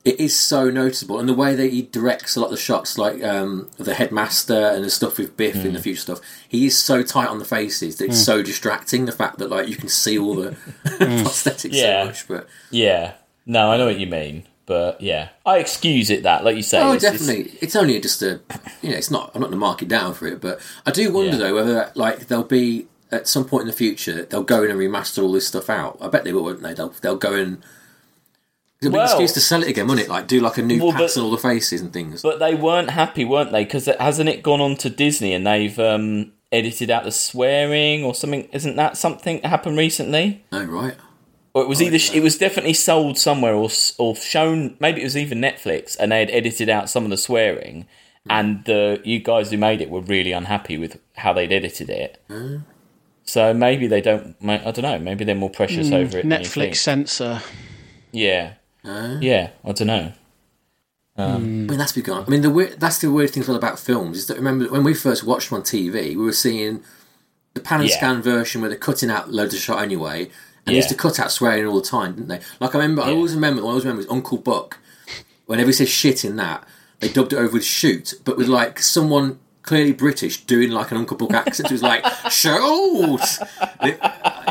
[SPEAKER 1] it is so noticeable and the way that he directs a lot of the shots like um the headmaster and the stuff with biff in the future stuff he is so tight on the faces that it's so distracting the fact that like you can see all the prosthetics
[SPEAKER 2] Yeah.
[SPEAKER 1] so much but
[SPEAKER 2] yeah. No, I know what you mean, but yeah, I excuse it that, like you say.
[SPEAKER 1] Oh,
[SPEAKER 2] it's- it's-
[SPEAKER 1] definitely. It's, only just a, you know, it's not. I'm not going to mark it down for it, but I do wonder
[SPEAKER 2] Yeah.
[SPEAKER 1] though whether like they'll be at some point in the future they'll go in and remaster all this stuff out. I bet they will, won't they? They'll they'll go and. It'll be an
[SPEAKER 2] Well-
[SPEAKER 1] excuse to sell it again, won't it? Like do like a new
[SPEAKER 2] Well,
[SPEAKER 1] pass
[SPEAKER 2] but-
[SPEAKER 1] on all the faces and things.
[SPEAKER 2] But they weren't happy, weren't they? Because hasn't it gone on to Disney and they've um, edited out the swearing or something? Isn't that something that happened recently?
[SPEAKER 1] no, Oh, right?
[SPEAKER 2] Or it was either it was definitely sold somewhere or s- or shown. Maybe it was even Netflix, and they had edited out some of the swearing. And the you guys who made it were really unhappy with how they'd edited it. So maybe they don't. ma- I don't know. Maybe they're more precious over it. than you
[SPEAKER 3] Netflix
[SPEAKER 2] think.
[SPEAKER 3] censor.
[SPEAKER 2] Yeah. Yeah. I don't know. Mm.
[SPEAKER 1] I mean, that's begun. I mean, the weird, that's the weird thing as well about films is that remember when we first watched them on TV, we were seeing the pan and
[SPEAKER 2] Yeah.
[SPEAKER 1] scan version where they're cutting out loads of shot anyway, and they
[SPEAKER 2] Yeah.
[SPEAKER 1] used to cut out swearing all the time, didn't they? Like I remember, I always remember, I always remember was Uncle Buck. Whenever he says shit in that, they dubbed it over with shoot, but with like someone clearly British doing like an Uncle Buck accent. It was like shoot. It,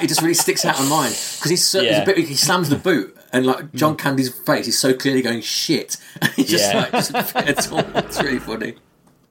[SPEAKER 1] it just really sticks out in my mind because he's so, there's
[SPEAKER 2] Yeah. Mm.
[SPEAKER 1] a bit where he slams the boot. And like John Candy's face is so clearly going shit, and he just
[SPEAKER 2] Yeah.
[SPEAKER 1] like doesn't fit at all. It's really funny.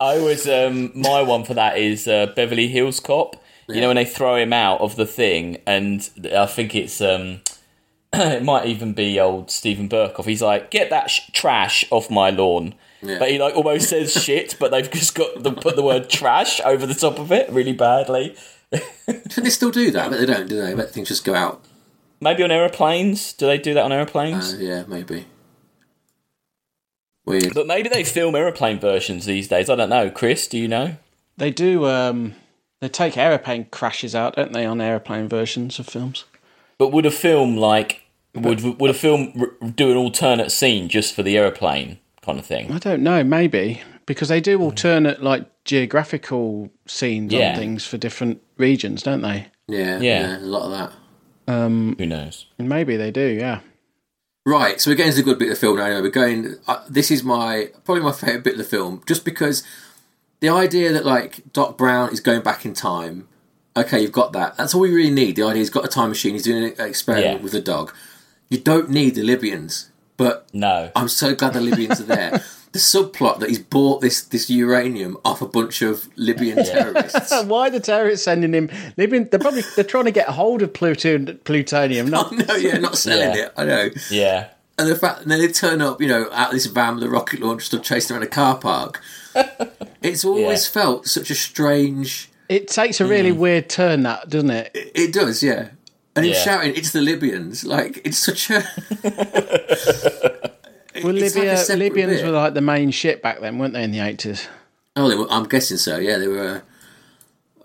[SPEAKER 2] I was um, my one for that is uh, Beverly Hills Cop. You know when they throw him out of the thing, and I think it's um, it might even be old Stephen Burkoff. He's like, "Get that sh- trash off my lawn," but he like almost says shit, but they've just got the, put the word trash over the top of it really badly.
[SPEAKER 1] Do they still do that? But they don't, do they? I bet things just go out.
[SPEAKER 2] Maybe on aeroplanes? Do they do that on
[SPEAKER 1] Uh,
[SPEAKER 2] aeroplanes?
[SPEAKER 1] yeah, maybe. Weird.
[SPEAKER 2] but maybe they film aeroplane versions these days. I don't know. Chris, do you know?
[SPEAKER 3] They do. Um, they take aeroplane crashes out, don't they, on aeroplane versions of films?
[SPEAKER 2] But would a film like would would a film r- do an alternate scene just for the aeroplane kind of thing?
[SPEAKER 3] I don't know. Maybe because they do alternate like geographical scenes
[SPEAKER 2] Yeah.
[SPEAKER 3] on things for different regions, don't they?
[SPEAKER 1] Yeah,
[SPEAKER 2] Yeah.
[SPEAKER 1] yeah, a lot of that. Mm.
[SPEAKER 2] Who knows?
[SPEAKER 3] And maybe they do. Yeah.
[SPEAKER 1] Right, so we're getting to the good bit of the film now. Anyway. We're going. Uh, this is my probably my favorite bit of the film, just because the idea that like Doc Brown is going back in time. Okay, you've got that. That's all we really need. The idea he's got a time machine. He's doing an experiment
[SPEAKER 2] Yeah.
[SPEAKER 1] with a dog. You don't need the Libyans, but
[SPEAKER 2] No.
[SPEAKER 1] I'm so glad the Libyans are there. The subplot that he's bought this this uranium off a bunch of Libyan terrorists.
[SPEAKER 3] Why the terrorists sending him? They've been. They're probably. They're trying to get hold of plutonium. Plutonium. Not.
[SPEAKER 1] Oh, no, yeah, not selling
[SPEAKER 2] Yeah.
[SPEAKER 1] it. I know.
[SPEAKER 2] Yeah.
[SPEAKER 1] And the fact and then they turn up, you know, out of this van with a rocket launcher, still chasing around a car park. It's always felt such a strange.
[SPEAKER 3] It takes a really
[SPEAKER 1] Hmm.
[SPEAKER 3] weird turn, that doesn't it?
[SPEAKER 1] It, it does, yeah. And him
[SPEAKER 2] Yeah.
[SPEAKER 1] shouting, "It's the Libyans!" Like it's such a.
[SPEAKER 3] Well,
[SPEAKER 1] It's like a
[SPEAKER 3] Libya,
[SPEAKER 1] separate
[SPEAKER 3] Libyans
[SPEAKER 1] bit.
[SPEAKER 3] were like the main shit back then, weren't they? In the eighties,
[SPEAKER 1] Oh, they were, I'm guessing so. Yeah, they were.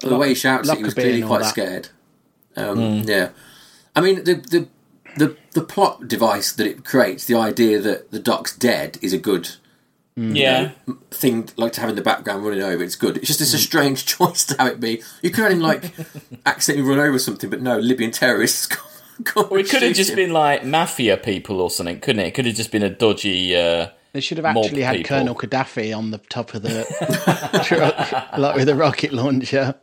[SPEAKER 1] uh, The way he shouts, it, he was
[SPEAKER 3] Lockerbie
[SPEAKER 1] clearly
[SPEAKER 3] and all
[SPEAKER 1] quite
[SPEAKER 3] that.
[SPEAKER 1] scared. Um,
[SPEAKER 2] Hmm.
[SPEAKER 1] Yeah, I mean the, the the the plot device that it creates, the idea that the doc's dead, is a good Mm.
[SPEAKER 2] Yeah.
[SPEAKER 1] thing like to have in the background running over. It's good. It's just
[SPEAKER 2] Hmm.
[SPEAKER 1] it's a strange choice to have it be. You could have him like accidentally run over something, but no, Libyan terrorists. Come, come
[SPEAKER 2] Well, it could have just been like mafia people or something, couldn't it? It could have just been a dodgy. Uh,
[SPEAKER 3] they should have
[SPEAKER 2] Mob
[SPEAKER 3] actually had
[SPEAKER 2] people.
[SPEAKER 3] Colonel Gaddafi on the top of the truck, like with a rocket launcher.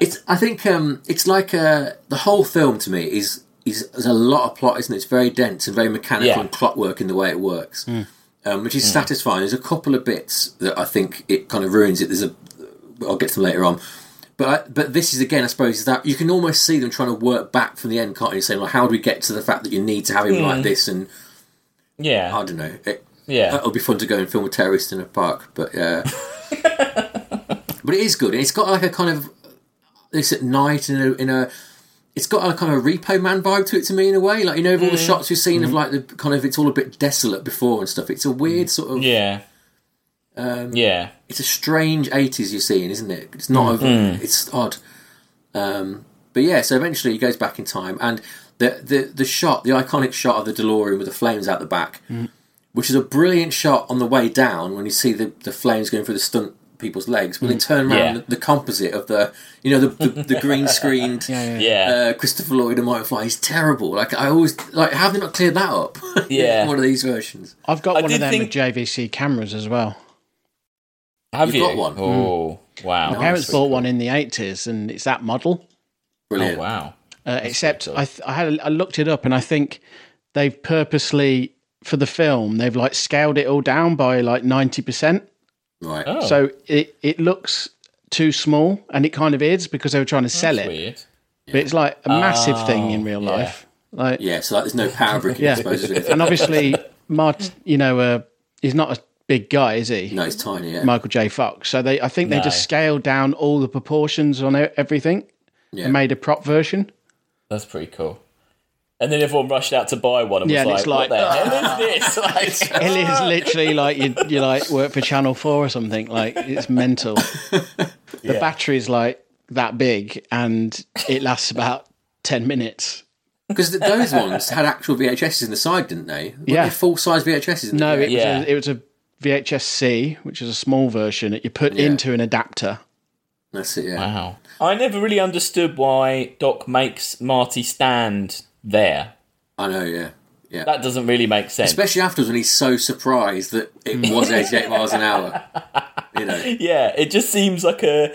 [SPEAKER 1] It's. I think um, it's like uh, the whole film to me is is there's a lot of plot, isn't it? It's very dense and very mechanical
[SPEAKER 2] Yeah.
[SPEAKER 1] and clockwork in the way it works, um, which is satisfying. There's a couple of bits that I think it kind of ruins it. There's a. I'll get to them later on. But, I, but this is again, I suppose, is that you can almost see them trying to work back from the end, can't you? Saying, "Well, how do we get to the fact that you need to have him like this?" And I
[SPEAKER 2] yeah.
[SPEAKER 1] don't know. It,
[SPEAKER 2] Yeah.
[SPEAKER 1] It'll be fun to go and film a terrorist in a park, but yeah. but it is good. and It's got like a kind of this at night in a, in a. It's got a kind of Repo Man vibe to it to me in a way. Like you know, of
[SPEAKER 2] Mm.
[SPEAKER 1] all the shots we've
[SPEAKER 2] Mm-hmm.
[SPEAKER 1] seen of like the kind of it's all a bit desolate before and stuff. It's a weird sort of.
[SPEAKER 2] Mm. Yeah.
[SPEAKER 1] um,
[SPEAKER 2] yeah.
[SPEAKER 1] It's a strange eighties you're seeing, isn't it? It's
[SPEAKER 2] Hmm.
[SPEAKER 1] not. A, it's odd. Um, but yeah, so eventually he goes back in time, and the the the shot, the iconic shot of the DeLorean with the flames out the back,
[SPEAKER 2] Hmm.
[SPEAKER 1] which is a brilliant shot on the way down when you see the, the flames going through the stunt people's legs. When they turn around,
[SPEAKER 2] Hmm. Yeah.
[SPEAKER 1] the, the composite of the you know the the, the green screened
[SPEAKER 3] yeah.
[SPEAKER 2] Yeah.
[SPEAKER 1] Uh, Christopher Lloyd and Martin Fly is terrible. Like I always like, how have they not cleared that up?
[SPEAKER 2] Yeah.
[SPEAKER 1] one of these versions.
[SPEAKER 3] I've got
[SPEAKER 2] I
[SPEAKER 3] one of
[SPEAKER 2] did
[SPEAKER 3] them
[SPEAKER 2] think-
[SPEAKER 3] with JVC cameras as well.
[SPEAKER 2] Have
[SPEAKER 1] Uh, you've
[SPEAKER 2] you?
[SPEAKER 1] got one. Mm.
[SPEAKER 2] Oh, wow.
[SPEAKER 3] My parents
[SPEAKER 1] sweet.
[SPEAKER 3] bought one in the eighties, and it's that model.
[SPEAKER 2] Oh,
[SPEAKER 1] Brilliant.
[SPEAKER 2] wow.
[SPEAKER 3] Uh, except I, th- I had I looked it up, and I think they've purposely for the film they've like scaled it all down by like ninety percent.
[SPEAKER 1] Right.
[SPEAKER 2] Oh,
[SPEAKER 3] So it, it looks too small, and it kind of is because they were trying to sell
[SPEAKER 2] that's
[SPEAKER 3] it.
[SPEAKER 2] weird. Ah,
[SPEAKER 3] But it's like a massive thing in real
[SPEAKER 2] yeah.
[SPEAKER 3] life. Like yeah,
[SPEAKER 1] Yeah. So like, there's no power brick. I suppose. is there?
[SPEAKER 3] and obviously Mart, you know, uh, he's not a big guy, is he?
[SPEAKER 1] No, it's tiny. Yeah.
[SPEAKER 3] Michael J. Fox. So they, I think they just scaled down all the proportions on e- everything
[SPEAKER 1] Yeah.
[SPEAKER 3] and made a prop version.
[SPEAKER 2] That's pretty cool. And then everyone rushed out to buy one and
[SPEAKER 3] Yeah, and
[SPEAKER 2] was
[SPEAKER 3] it's
[SPEAKER 2] like,
[SPEAKER 3] like,
[SPEAKER 2] what the hell is this? Like,
[SPEAKER 3] It is literally like you, you like work for Channel Four or something. Like it's mental. The battery's like that big, and it lasts about ten minutes.
[SPEAKER 1] Because th- those ones had actual VHSs in the side, didn't they? Weren't
[SPEAKER 3] Yeah.
[SPEAKER 1] they full size VHSs. In
[SPEAKER 3] No,
[SPEAKER 1] the
[SPEAKER 3] it,
[SPEAKER 2] Yeah.
[SPEAKER 3] was a, it was a VHS C, which is a small version that you put into an adapter.
[SPEAKER 1] that's it. Yeah,
[SPEAKER 2] wow. I never really understood why Doc makes Marty stand there.
[SPEAKER 1] I know. Yeah, yeah.
[SPEAKER 2] That doesn't really make sense.
[SPEAKER 1] Especially afterwards when he's so surprised that it was 88 miles an hour. You know,
[SPEAKER 2] yeah, it just seems like a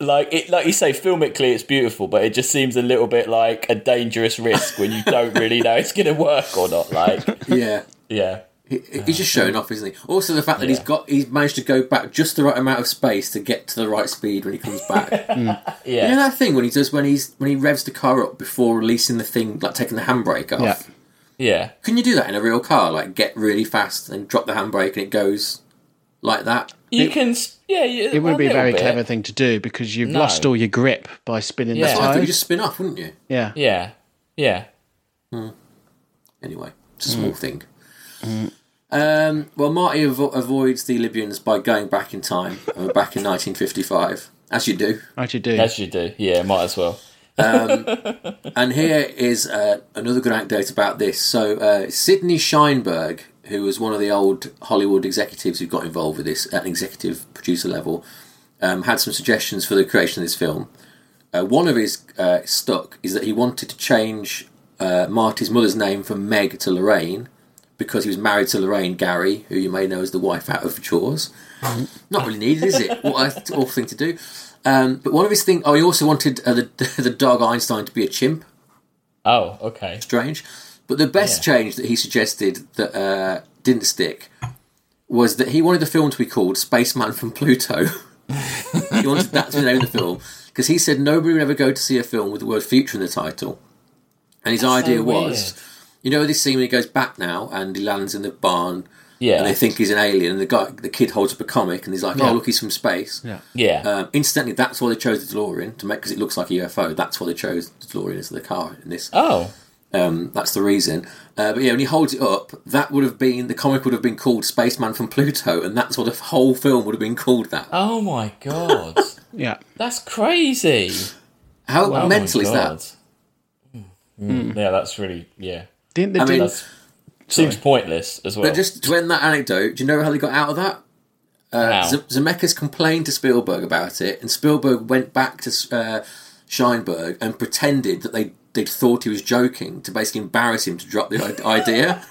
[SPEAKER 2] like it like you say filmically it's beautiful, but it just seems a little bit like a dangerous risk when you don't really know it's going to work or not. Like,
[SPEAKER 1] yeah.
[SPEAKER 2] yeah.
[SPEAKER 1] He- He's just showing off, isn't he? Also, the fact that he's got he's managed to go back just the right amount of space to get to the right speed when he comes back. You know
[SPEAKER 2] Yeah.
[SPEAKER 1] that thing when he does when he's when he revs the car up before releasing the thing, like taking the handbrake off.
[SPEAKER 3] Yeah.
[SPEAKER 2] Yeah.
[SPEAKER 1] Can you do that in a real car? Like get really fast and drop the handbrake, and it goes like that.
[SPEAKER 2] You can s- yeah,
[SPEAKER 3] It would be a very clever thing to do because you've
[SPEAKER 2] No.
[SPEAKER 3] lost all your grip by spinning
[SPEAKER 2] Yeah.
[SPEAKER 3] the
[SPEAKER 1] Oh, I thought you
[SPEAKER 3] tires.
[SPEAKER 1] just spin off, wouldn't you?
[SPEAKER 3] Yeah.
[SPEAKER 2] Yeah. Yeah.
[SPEAKER 1] Anyway, it's a small thing. Um, well, Marty avo- avoids the Libyans by going back in time, and we're back in 1955, as you do.
[SPEAKER 3] How'd you do?
[SPEAKER 2] As you do. Yeah, might as well.
[SPEAKER 1] And here is uh, another good anecdote about this. So, uh, Sidney Sheinberg, who was one of the old Hollywood executives who got involved with this at an executive producer level, um, had some suggestions for the creation of this film. Uh, one of his uh, stuck is that he wanted to change uh, Marty's mother's name from Meg to Lorraine because he was married to Lorraine Gary, who you may know as the wife out of Chores. Not really needed, is it? What an awful thing to do. Um, but one of his things, oh, he also wanted uh, the, the dog Einstein to be a chimp
[SPEAKER 2] Oh, okay.
[SPEAKER 1] strange. But the best change that he suggested that uh, didn't stick was that he wanted the film to be called Spaceman from Pluto. he wanted that to be the name of the film because he said nobody would ever go to see a film with the word future in the title. And his idea was,
[SPEAKER 2] weird.
[SPEAKER 1] you know, this scene when he goes back now and he lands in the barn
[SPEAKER 2] Yeah.
[SPEAKER 1] and they think he's an alien. And the guy, the kid, holds up a comic, and he's like, "Oh, look, he's from space."
[SPEAKER 3] Yeah.
[SPEAKER 2] yeah.
[SPEAKER 1] Um, incidentally, that's why they chose the DeLorean to make because it looks like a UFO. That's why they chose the DeLorean as the car in this.
[SPEAKER 2] oh.
[SPEAKER 1] Um, that's the reason. Uh, but yeah, when he holds it up, that would have been the comic would have been called Spaceman from Pluto, and that's what the whole film would have been called. That
[SPEAKER 2] Oh my god.
[SPEAKER 3] Yeah.
[SPEAKER 2] That's crazy.
[SPEAKER 1] how
[SPEAKER 2] Oh my
[SPEAKER 1] mental is that?
[SPEAKER 2] God. Mm. Yeah, that's really yeah.
[SPEAKER 3] Didn't they
[SPEAKER 1] I
[SPEAKER 3] do?
[SPEAKER 1] mean,
[SPEAKER 2] That's seems pointless as well.
[SPEAKER 1] But just to end that anecdote, do you know how they got out of that?
[SPEAKER 2] How?
[SPEAKER 1] Z- Zemeckis complained to Spielberg about it, and Spielberg went back to uh, Scheinberg and pretended that they they thought he was joking to basically embarrass him to drop the i- idea.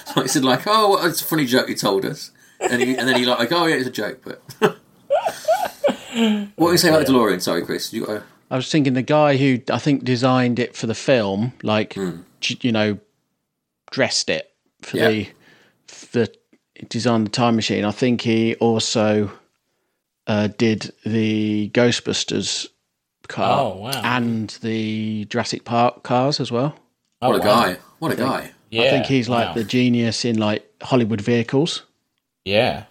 [SPEAKER 1] so he said like, "Oh, it's a funny joke you told us," and, he, and then he like, like, "Oh yeah, it's a joke." But what were you saying about the DeLorean? Sorry, Chris. You got a-
[SPEAKER 3] I was thinking the guy who I think designed it for the film, like
[SPEAKER 2] Hmm.
[SPEAKER 3] j- you know, dressed it for
[SPEAKER 1] Yeah.
[SPEAKER 3] the for the designed the time machine. I think he also uh, did the Ghostbusters car
[SPEAKER 2] Oh, wow.
[SPEAKER 3] and the Jurassic Park cars as well.
[SPEAKER 2] Oh,
[SPEAKER 1] what a
[SPEAKER 2] wow.
[SPEAKER 1] guy! What a guy!
[SPEAKER 2] Yeah,
[SPEAKER 3] I think he's like
[SPEAKER 2] wow.
[SPEAKER 3] the genius in like Hollywood vehicles.
[SPEAKER 2] Yeah.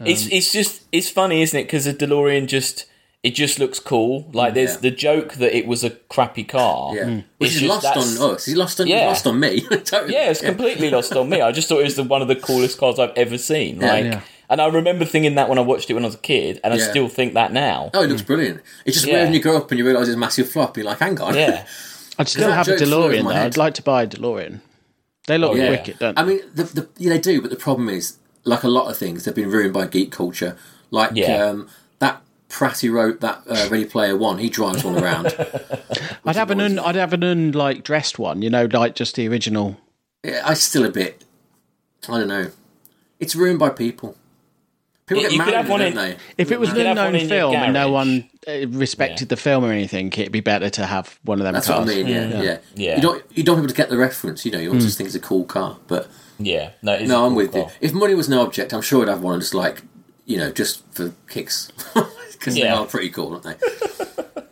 [SPEAKER 3] Um,
[SPEAKER 2] it's it's just it's funny, isn't it? Because the DeLorean just it just looks cool. Like there's
[SPEAKER 1] Hmm. Yeah.
[SPEAKER 2] the joke that it was a crappy car.
[SPEAKER 1] Yeah, which
[SPEAKER 2] It's
[SPEAKER 1] is
[SPEAKER 2] just
[SPEAKER 1] lost
[SPEAKER 2] that's-
[SPEAKER 1] on us. He's lost on
[SPEAKER 2] Yeah.
[SPEAKER 1] lost on me. totally.
[SPEAKER 2] Yeah, it's completely lost on me. I just thought it was the, one of the coolest cars I've ever seen. Like,
[SPEAKER 3] Yeah.
[SPEAKER 2] and I remember thinking that when I watched it when I was a kid, and I
[SPEAKER 1] Yeah.
[SPEAKER 2] still think that now.
[SPEAKER 1] Oh, it looks brilliant. It's just
[SPEAKER 2] Hmm. Yeah.
[SPEAKER 1] weird when you grow up and you realise it's a massive flop. You're like, hang on.
[SPEAKER 2] Yeah,
[SPEAKER 3] I'd still
[SPEAKER 1] that
[SPEAKER 3] have a
[SPEAKER 1] joke flew over
[SPEAKER 3] DeLorean though.
[SPEAKER 1] my head.
[SPEAKER 3] I'd like to buy a DeLorean. They look
[SPEAKER 2] yeah.
[SPEAKER 3] wicked, don't they?
[SPEAKER 1] I mean, the, the, yeah, they do, but the problem is, like a lot of things, they've been ruined by geek culture. Like
[SPEAKER 2] Yeah.
[SPEAKER 1] um, that Pratt who wrote that uh, Ready Player One, he drives one around.
[SPEAKER 3] I'd have an un, I'd have an un like dressed one, you know, like just the original.
[SPEAKER 1] yeah, I still a bit. I don't know. It's ruined by people. People
[SPEAKER 2] Yeah,
[SPEAKER 1] get
[SPEAKER 2] you
[SPEAKER 1] mad,
[SPEAKER 2] could have
[SPEAKER 1] at it,
[SPEAKER 2] one
[SPEAKER 1] don't
[SPEAKER 2] in-
[SPEAKER 1] they?
[SPEAKER 3] If it was an
[SPEAKER 2] could have one
[SPEAKER 3] unknown
[SPEAKER 2] in your
[SPEAKER 3] film and no
[SPEAKER 2] garage.
[SPEAKER 3] one uh, respected the film or anything, it'd be better to have one of them
[SPEAKER 1] That's
[SPEAKER 3] cars.
[SPEAKER 1] what I mean. Yeah, yeah.
[SPEAKER 2] Mm. Yeah. Mm.
[SPEAKER 1] You don't you don't want people to get the reference. You know, you want to just think it's a cool car, but.
[SPEAKER 2] yeah. No, it is a
[SPEAKER 1] No, I'm
[SPEAKER 2] cool
[SPEAKER 1] with
[SPEAKER 2] car.
[SPEAKER 1] you. If money was no object, I'm sure I'd have one just like, you know, just for kicks. Because they
[SPEAKER 2] Yeah.
[SPEAKER 1] are pretty cool, aren't they?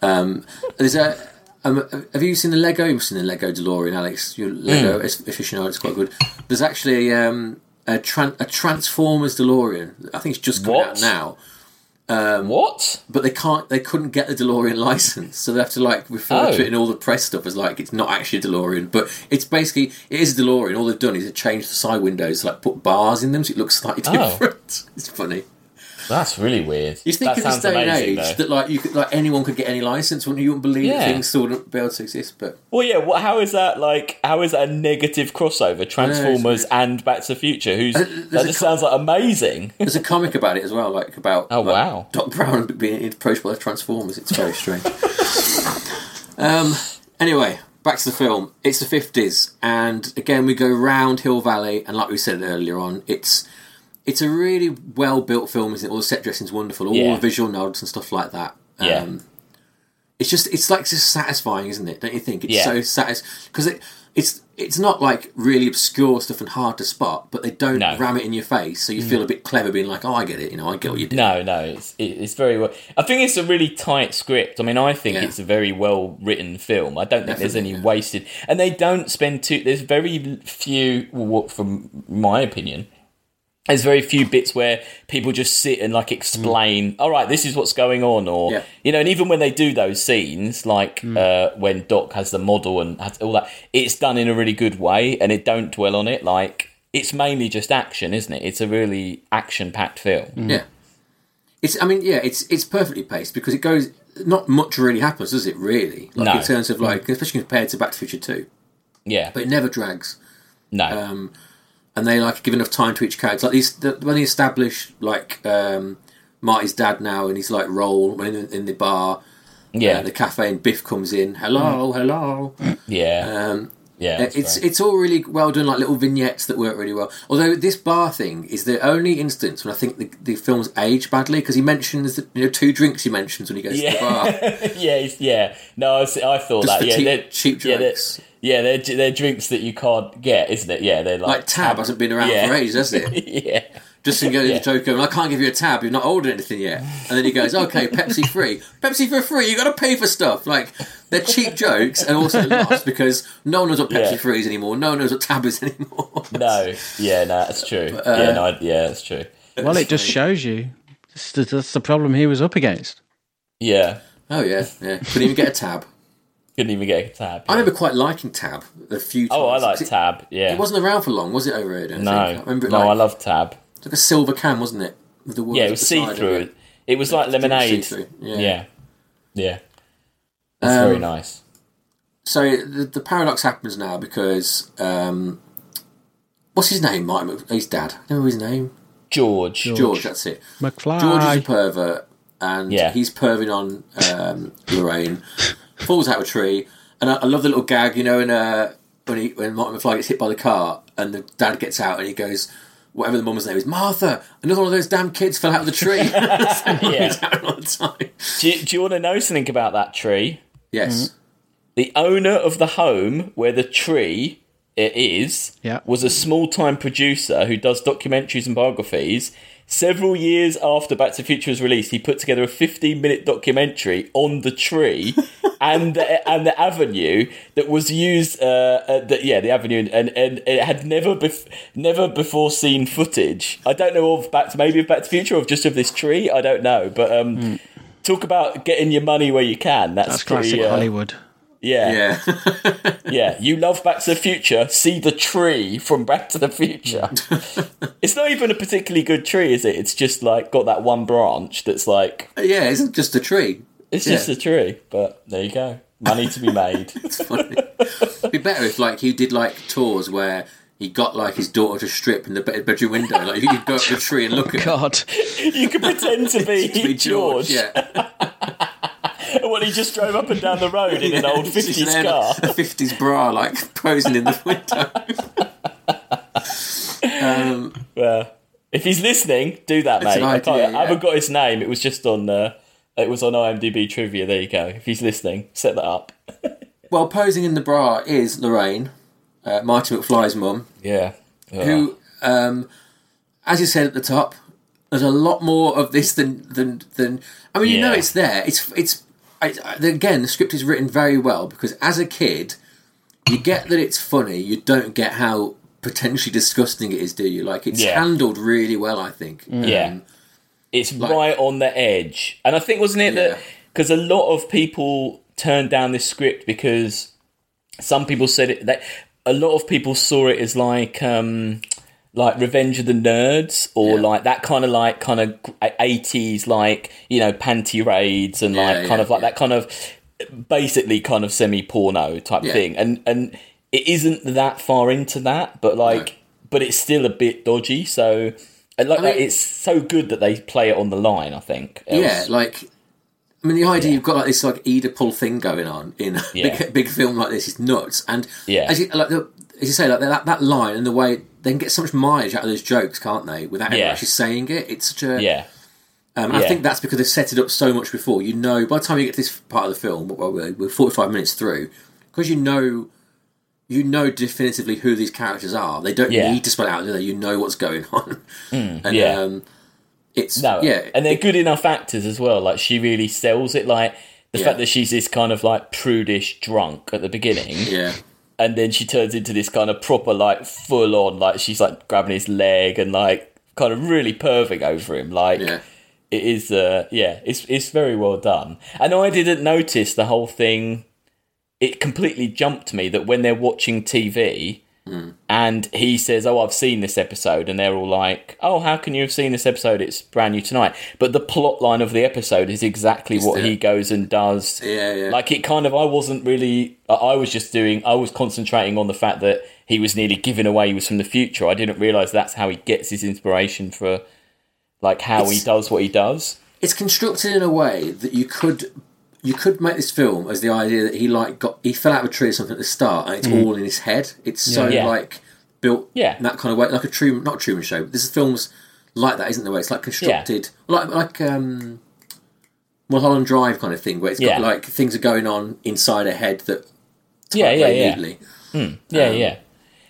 [SPEAKER 1] um, there's a. Um, have you seen the Lego? You've seen the Lego DeLorean, Alex. Your Lego
[SPEAKER 2] Hmm.
[SPEAKER 1] mm. aficionado, it's quite good. There's actually um, a, tran- a Transformers DeLorean. I think it's just coming out
[SPEAKER 2] What?
[SPEAKER 1] now,
[SPEAKER 2] What?
[SPEAKER 1] but they can't. They couldn't get the DeLorean license, so they have to like refer
[SPEAKER 2] Oh.
[SPEAKER 1] to it in all the press stuff as like it's not actually a DeLorean, but it's basically it is a DeLorean. All they've done is they changed the side windows, like put bars in them, so it looks slightly
[SPEAKER 2] Oh.
[SPEAKER 1] different. It's funny.
[SPEAKER 2] That's really weird.
[SPEAKER 1] You think
[SPEAKER 2] that
[SPEAKER 1] in this
[SPEAKER 2] sounds
[SPEAKER 1] day and
[SPEAKER 2] amazing,
[SPEAKER 1] age
[SPEAKER 2] though.
[SPEAKER 1] that like you could like anyone could get any license, wouldn't you? You wouldn't believe that
[SPEAKER 2] Yeah.
[SPEAKER 1] things still wouldn't be able to exist, but
[SPEAKER 2] Well, yeah. Well, how is that like? How is that a negative crossover? Transformers and Back to the Future. Who's
[SPEAKER 1] Uh, there's
[SPEAKER 2] that?
[SPEAKER 1] a
[SPEAKER 2] Just
[SPEAKER 1] co-
[SPEAKER 2] sounds like amazing.
[SPEAKER 1] there's a comic about it as well, like about
[SPEAKER 2] Oh,
[SPEAKER 1] like,
[SPEAKER 2] wow.
[SPEAKER 1] Doc Brown being approached by the Transformers. It's very strange. um, anyway, back to the film. It's the fifties, and again we go round Hill Valley, and like we said earlier on, it's it's a really well built film, isn't it? All the set dressing's wonderful, all
[SPEAKER 2] Yeah.
[SPEAKER 1] the visual nods and stuff like that. Um,
[SPEAKER 2] Yeah.
[SPEAKER 1] it's just it's like just satisfying, isn't it? Don't you think? It's
[SPEAKER 2] Yeah.
[SPEAKER 1] so satisfying because it. It's it's not like really obscure stuff and hard to spot, but they don't
[SPEAKER 2] No. Mm.
[SPEAKER 1] ram it in your face, so you feel a bit clever, being like, "Oh, I get it, you know, I get what you did."
[SPEAKER 2] No, no, it's it, it's very well. I think it's a really tight script. I mean, I think
[SPEAKER 1] Yeah.
[SPEAKER 2] it's a very well written film. I don't think there's any
[SPEAKER 1] Definitely, yeah.
[SPEAKER 2] wasted, and they don't spend too. There's very few, well, what- from my opinion, there's very few bits where people just sit and like explain. All right, this is what's going on, or
[SPEAKER 1] Mm. Yeah. Mm.
[SPEAKER 2] you know, and even when they do those scenes, like uh, when Doc has the model and has all that, it's done in a really good way, and it don't dwell on it. Like it's mainly just action, isn't it? It's a really action-packed film.
[SPEAKER 1] Yeah, it's. I mean, yeah, it's it's perfectly paced because it goes. Not much really happens, does it? Really, like
[SPEAKER 2] No. Mm.
[SPEAKER 1] in terms of like, especially compared to Back to the Future Two,
[SPEAKER 2] Yeah,
[SPEAKER 1] but it never drags.
[SPEAKER 2] no.
[SPEAKER 1] Um, and they like give enough time to each character. Like these, the, when they establish like um, Marty's dad now, and he's like roll in, in the bar,
[SPEAKER 2] Yeah,
[SPEAKER 1] at the cafe, and Biff comes in. Hello, hello.
[SPEAKER 2] yeah,
[SPEAKER 1] Um,
[SPEAKER 2] yeah.
[SPEAKER 1] Uh,
[SPEAKER 2] that's
[SPEAKER 1] it's
[SPEAKER 2] right.
[SPEAKER 1] it's all really well done, like little vignettes that work really well. Although this bar thing is the only instance when I think the, the film's aged badly because he mentions that you know two drinks he mentions when he goes to the bar.
[SPEAKER 2] yeah, yeah, it's- yeah. No, I, s- I thought
[SPEAKER 1] Just
[SPEAKER 2] that.
[SPEAKER 1] the
[SPEAKER 2] Yeah,
[SPEAKER 1] cheap-
[SPEAKER 2] they're-
[SPEAKER 1] cheap
[SPEAKER 2] yeah, they're-
[SPEAKER 1] drinks.
[SPEAKER 2] Yeah, they're, dr- they're drinks that you can't get, isn't it? Yeah, they're like,
[SPEAKER 1] Like Tab hasn't been around
[SPEAKER 2] Yeah.
[SPEAKER 1] for ages, has it?
[SPEAKER 2] yeah,
[SPEAKER 1] Justin goes
[SPEAKER 2] Yeah.
[SPEAKER 1] to Joker, and I can't give you a tab. You've not ordered anything yet. And then he goes, "Okay, Pepsi free. Pepsi for free. You got to pay for stuff." Like they're cheap jokes, and also laughs because no one knows what Pepsi
[SPEAKER 2] Yeah.
[SPEAKER 1] free is anymore. No one knows what tab is anymore.
[SPEAKER 2] No, yeah, no, that's true.
[SPEAKER 1] uh,
[SPEAKER 2] yeah, no, I- yeah, that's true.
[SPEAKER 3] Well, it just shows you. That's the- That's the problem he was up against.
[SPEAKER 2] Yeah,
[SPEAKER 1] Oh yeah, yeah. Couldn't even get a tab.
[SPEAKER 2] couldn't even get a tab.
[SPEAKER 1] I remember quite liking tab a few. Times.
[SPEAKER 2] oh, I like
[SPEAKER 1] 'Cause it-
[SPEAKER 2] tab. Yeah,
[SPEAKER 1] It wasn't around for long, was it? Over here, I don't
[SPEAKER 2] no,
[SPEAKER 1] think. I remember it
[SPEAKER 2] no,
[SPEAKER 1] like,
[SPEAKER 2] I love tab.
[SPEAKER 1] It's like a silver can, wasn't it? With the words
[SPEAKER 2] Yeah,
[SPEAKER 1] at
[SPEAKER 2] it was
[SPEAKER 1] the side
[SPEAKER 2] see
[SPEAKER 1] of
[SPEAKER 2] through. It was like lemonade.
[SPEAKER 1] see-through, yeah.
[SPEAKER 2] Yeah, yeah, That's
[SPEAKER 1] Um,
[SPEAKER 2] very nice.
[SPEAKER 1] So the, the paradox happens now because um, what's his name? Martin, Mc- his dad. I don't know his name.
[SPEAKER 2] George.
[SPEAKER 1] George. That's it.
[SPEAKER 3] McFly.
[SPEAKER 1] George is a pervert, and
[SPEAKER 2] Yeah.
[SPEAKER 1] he's perving on um, Lorraine. Falls out of a tree, and I, I love the little gag, you know, in, uh, when he, when Martin McFly gets hit by the car, and the dad gets out, and he goes, whatever the mum's name is, Martha. Another one of those damn kids fell out of the tree.
[SPEAKER 2] Yeah.
[SPEAKER 1] All the time.
[SPEAKER 2] Do you, do you want to know something about that tree?
[SPEAKER 1] Yes.
[SPEAKER 2] The owner of the home where the tree it is
[SPEAKER 3] Yeah.
[SPEAKER 2] was a small-time producer who does documentaries and biographies. Several years after Back to the Future was released, he put together a 15-minute documentary on the tree and the, and the avenue that was used. Uh, uh, the, yeah, the avenue, and, and, and it had never bef- never before seen footage. I don't know of Back to maybe of Back to the Future or of just of this tree. I don't know, but um, talk about getting your money where you can. That's,
[SPEAKER 3] Hmm. That's
[SPEAKER 2] pretty,
[SPEAKER 3] classic
[SPEAKER 2] uh,
[SPEAKER 3] Hollywood.
[SPEAKER 2] Yeah, yeah,
[SPEAKER 1] Yeah.
[SPEAKER 2] You love Back to the Future. See the tree from Back to the Future. it's not even a particularly good tree, is it? It's just like got that one branch that's like
[SPEAKER 1] yeah, it isn't just a tree.
[SPEAKER 2] it's
[SPEAKER 1] Yeah.
[SPEAKER 2] just a tree. But there you go, money to be made.
[SPEAKER 1] It'd be better if like he did like tours where he got like his daughter to strip in the bed- bedroom window. Like you could go up the tree and look at her.
[SPEAKER 3] God.
[SPEAKER 2] you could pretend to be,
[SPEAKER 1] Be
[SPEAKER 2] George.
[SPEAKER 1] yeah,
[SPEAKER 2] Well, he just drove up and down the road in an old
[SPEAKER 1] She's
[SPEAKER 2] fifties
[SPEAKER 1] there in
[SPEAKER 2] car.
[SPEAKER 1] a fifties bra, like posing in the window. um,
[SPEAKER 2] Yeah. If he's listening, do that, mate.
[SPEAKER 1] an
[SPEAKER 2] I, can't,
[SPEAKER 1] idea, yeah.
[SPEAKER 2] I haven't got his name. It was just on. Uh, it was on IMDb trivia. There you go. If he's listening, set that up.
[SPEAKER 1] well, posing in the bra is Lorraine, uh, Marty McFly's mum,
[SPEAKER 2] Yeah. Yeah.
[SPEAKER 1] who, um, as you said at the top, there's a lot more of this than than than. I mean, you know,
[SPEAKER 2] Yeah.
[SPEAKER 1] it's there. It's it's. I, I- again, the script is written very well because as a kid, you get that it's funny. You don't get how potentially disgusting it is, do you? Like it's
[SPEAKER 2] Yeah.
[SPEAKER 1] handled really well, I think.
[SPEAKER 2] Yeah.
[SPEAKER 1] Um,
[SPEAKER 2] it's right on the edge. And I think, wasn't it,
[SPEAKER 1] Yeah.
[SPEAKER 2] that because a lot of people turned down this script because some people said it, that a lot of people saw it as like, um, like Revenge of the Nerds, or
[SPEAKER 1] Yeah.
[SPEAKER 2] like that kind of like kind of eighties, like you know, panty raids and like
[SPEAKER 1] Yeah,
[SPEAKER 2] kind
[SPEAKER 1] yeah,
[SPEAKER 2] of like
[SPEAKER 1] yeah.
[SPEAKER 2] that kind of basically kind of semi porno type
[SPEAKER 1] Yeah.
[SPEAKER 2] thing. And and it isn't that far into that, but like, but it's still a bit dodgy. So and like that,
[SPEAKER 1] mean-
[SPEAKER 2] it's so good that they play it on the line. I think.
[SPEAKER 1] yeah,
[SPEAKER 2] Else-
[SPEAKER 1] like I mean, the idea you've got like this like Oedipal thing going on in a
[SPEAKER 2] Yeah.
[SPEAKER 1] big, big film like this is nuts. And
[SPEAKER 2] Yeah.
[SPEAKER 1] as you like the, as you say, like that, that line and the way they can get so much mileage out of those jokes, can't they? Without ever
[SPEAKER 2] Yeah.
[SPEAKER 1] actually saying it, it's such a.
[SPEAKER 2] yeah,
[SPEAKER 1] um, I
[SPEAKER 2] yeah.
[SPEAKER 1] think that's because they've set it up so much before. You know, by the time you get to this part of the film, well, we're, we're forty-five minutes through, because you know. You know definitively who these characters are. They don't
[SPEAKER 2] Yeah. Hmm.
[SPEAKER 1] need to spell it out, do they? You know what's going on, and
[SPEAKER 2] yeah.
[SPEAKER 1] um, it's
[SPEAKER 2] no,
[SPEAKER 1] yeah,
[SPEAKER 2] and they're good enough actors as well. Like she really sells it. Like the
[SPEAKER 1] Yeah.
[SPEAKER 2] fact that she's this kind of like prudish drunk at the beginning,
[SPEAKER 1] yeah.
[SPEAKER 2] and then she turns into this kind of proper like full on like she's like grabbing his leg and like kind of really perving over him. Like
[SPEAKER 1] Yeah.
[SPEAKER 2] it is, uh, yeah, it's it's very well done. And I didn't notice the whole thing. It completely jumped me that when they're watching TV. and he says, "Oh, I've seen this episode," and they're all like, "Oh, how can you have seen this episode? It's brand new tonight." But the plot line of the episode is exactly what
[SPEAKER 1] the-
[SPEAKER 2] he goes and does.
[SPEAKER 1] Yeah, yeah.
[SPEAKER 2] Like it kind of, I wasn't really. I- I was just doing. I was concentrating on the fact that he was nearly given away. He was from the future. I didn't realize that's how he gets his inspiration for, like, how he
[SPEAKER 1] It's-
[SPEAKER 2] does what he does.
[SPEAKER 1] it's constructed in a way that you could you could make this film as the idea that he like got he fell out of a tree or something at the start and it's all in his head. It's so
[SPEAKER 2] Mm-hmm. Yeah.
[SPEAKER 1] like built
[SPEAKER 2] Yeah.
[SPEAKER 1] in that kind of way, like a Truman not a Truman Show. But this film's like that, isn't the way it's like constructed like like um Mulholland Drive kind of thing where it's got
[SPEAKER 2] Yeah.
[SPEAKER 1] like things are going on inside a head that
[SPEAKER 2] Yeah, yeah,
[SPEAKER 1] very
[SPEAKER 2] yeah,
[SPEAKER 1] neatly.
[SPEAKER 2] yeah, yeah.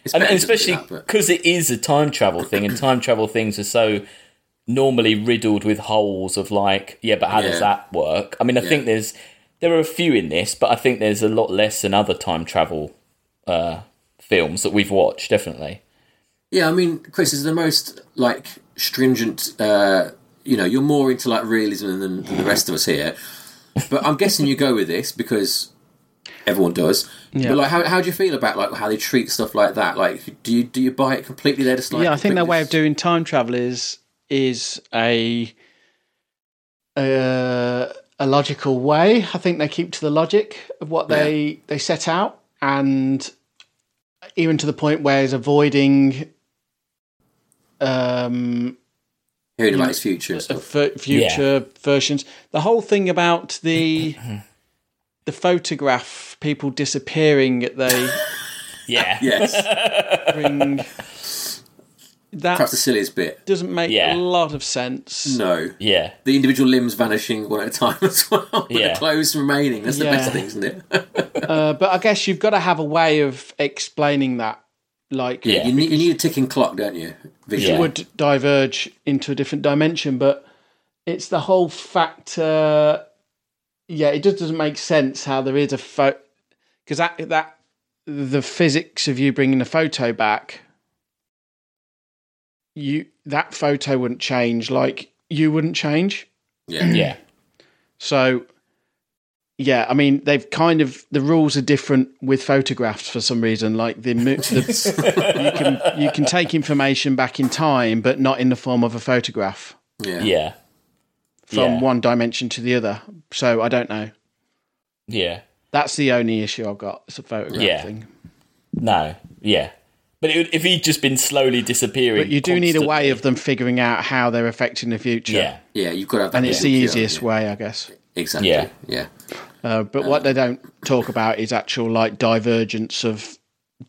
[SPEAKER 1] It's
[SPEAKER 2] and,
[SPEAKER 1] better to
[SPEAKER 2] and
[SPEAKER 1] do
[SPEAKER 2] especially
[SPEAKER 1] that, but-
[SPEAKER 2] because it is a time travel thing, and time travel things are so normally riddled with holes of like, yeah, but how
[SPEAKER 1] Yeah.
[SPEAKER 2] does that work? I mean, I think there's there are a few in this, but I think there's a lot less than other time travel uh, films that we've watched. Definitely,
[SPEAKER 1] Yeah, I mean, Chris is the most like stringent. Uh, you know, you're more into like realism than, than the rest of us here. But I'm guessing you go with this because everyone does. But like, how, how do you feel about like how they treat stuff like that? Like, do you do you buy it completely? They're just like
[SPEAKER 3] yeah, I think their
[SPEAKER 1] completely
[SPEAKER 3] way of
[SPEAKER 1] just-
[SPEAKER 3] doing time travel is is a uh, a logical way. I think they keep to the logic of what they they set out, and even to the point where it's avoiding um,
[SPEAKER 1] hearing about his future and
[SPEAKER 3] of
[SPEAKER 1] stuff.
[SPEAKER 3] fu- future versions. The whole thing about the the photograph people disappearing at they
[SPEAKER 2] yeah,
[SPEAKER 1] Yes,
[SPEAKER 3] ring
[SPEAKER 1] perhaps
[SPEAKER 3] that
[SPEAKER 1] the silliest bit.
[SPEAKER 3] doesn't make
[SPEAKER 2] Yeah.
[SPEAKER 3] a lot of sense.
[SPEAKER 1] No,
[SPEAKER 2] yeah.
[SPEAKER 1] the individual limbs vanishing one at a time as well, with
[SPEAKER 2] Yeah.
[SPEAKER 1] the clothes remaining. That's the
[SPEAKER 3] Yeah.
[SPEAKER 1] best thing, isn't it?
[SPEAKER 3] Uh, but I guess you've got to have a way of explaining that. Like
[SPEAKER 2] Yeah.
[SPEAKER 1] you, need, you need a ticking clock, don't you? Visually.
[SPEAKER 3] it would diverge into a different dimension, but it's the whole factor. Yeah, it just doesn't make sense how there is a photo because that that the physics of you bringing the photo back, you that photo wouldn't change. Like you wouldn't change.
[SPEAKER 1] Yeah.
[SPEAKER 2] Yeah,
[SPEAKER 3] So, yeah, I mean, they've kind of the rules are different with photographs for some reason. Like the, mo- the you can you can take information back in time, but not in the form of a photograph
[SPEAKER 1] yeah,
[SPEAKER 2] yeah,
[SPEAKER 3] from
[SPEAKER 2] Yeah.
[SPEAKER 3] one dimension to the other. So I don't know.
[SPEAKER 2] yeah.
[SPEAKER 3] That's the only issue I've got. It's a photograph
[SPEAKER 2] Yeah.
[SPEAKER 3] thing.
[SPEAKER 2] No, yeah. But it would, if he'd just been slowly disappearing,
[SPEAKER 3] But you do need a way
[SPEAKER 2] constantly-
[SPEAKER 3] of them figuring out how they're affecting the future.
[SPEAKER 2] yeah,
[SPEAKER 1] Yeah, You've got to have that.
[SPEAKER 3] And it's the
[SPEAKER 1] visual cue,
[SPEAKER 3] easiest
[SPEAKER 1] yeah.
[SPEAKER 3] way, I guess.
[SPEAKER 1] Exactly.
[SPEAKER 2] Yeah.
[SPEAKER 1] Yeah.
[SPEAKER 3] Uh, but what they don't talk about is actual like divergence of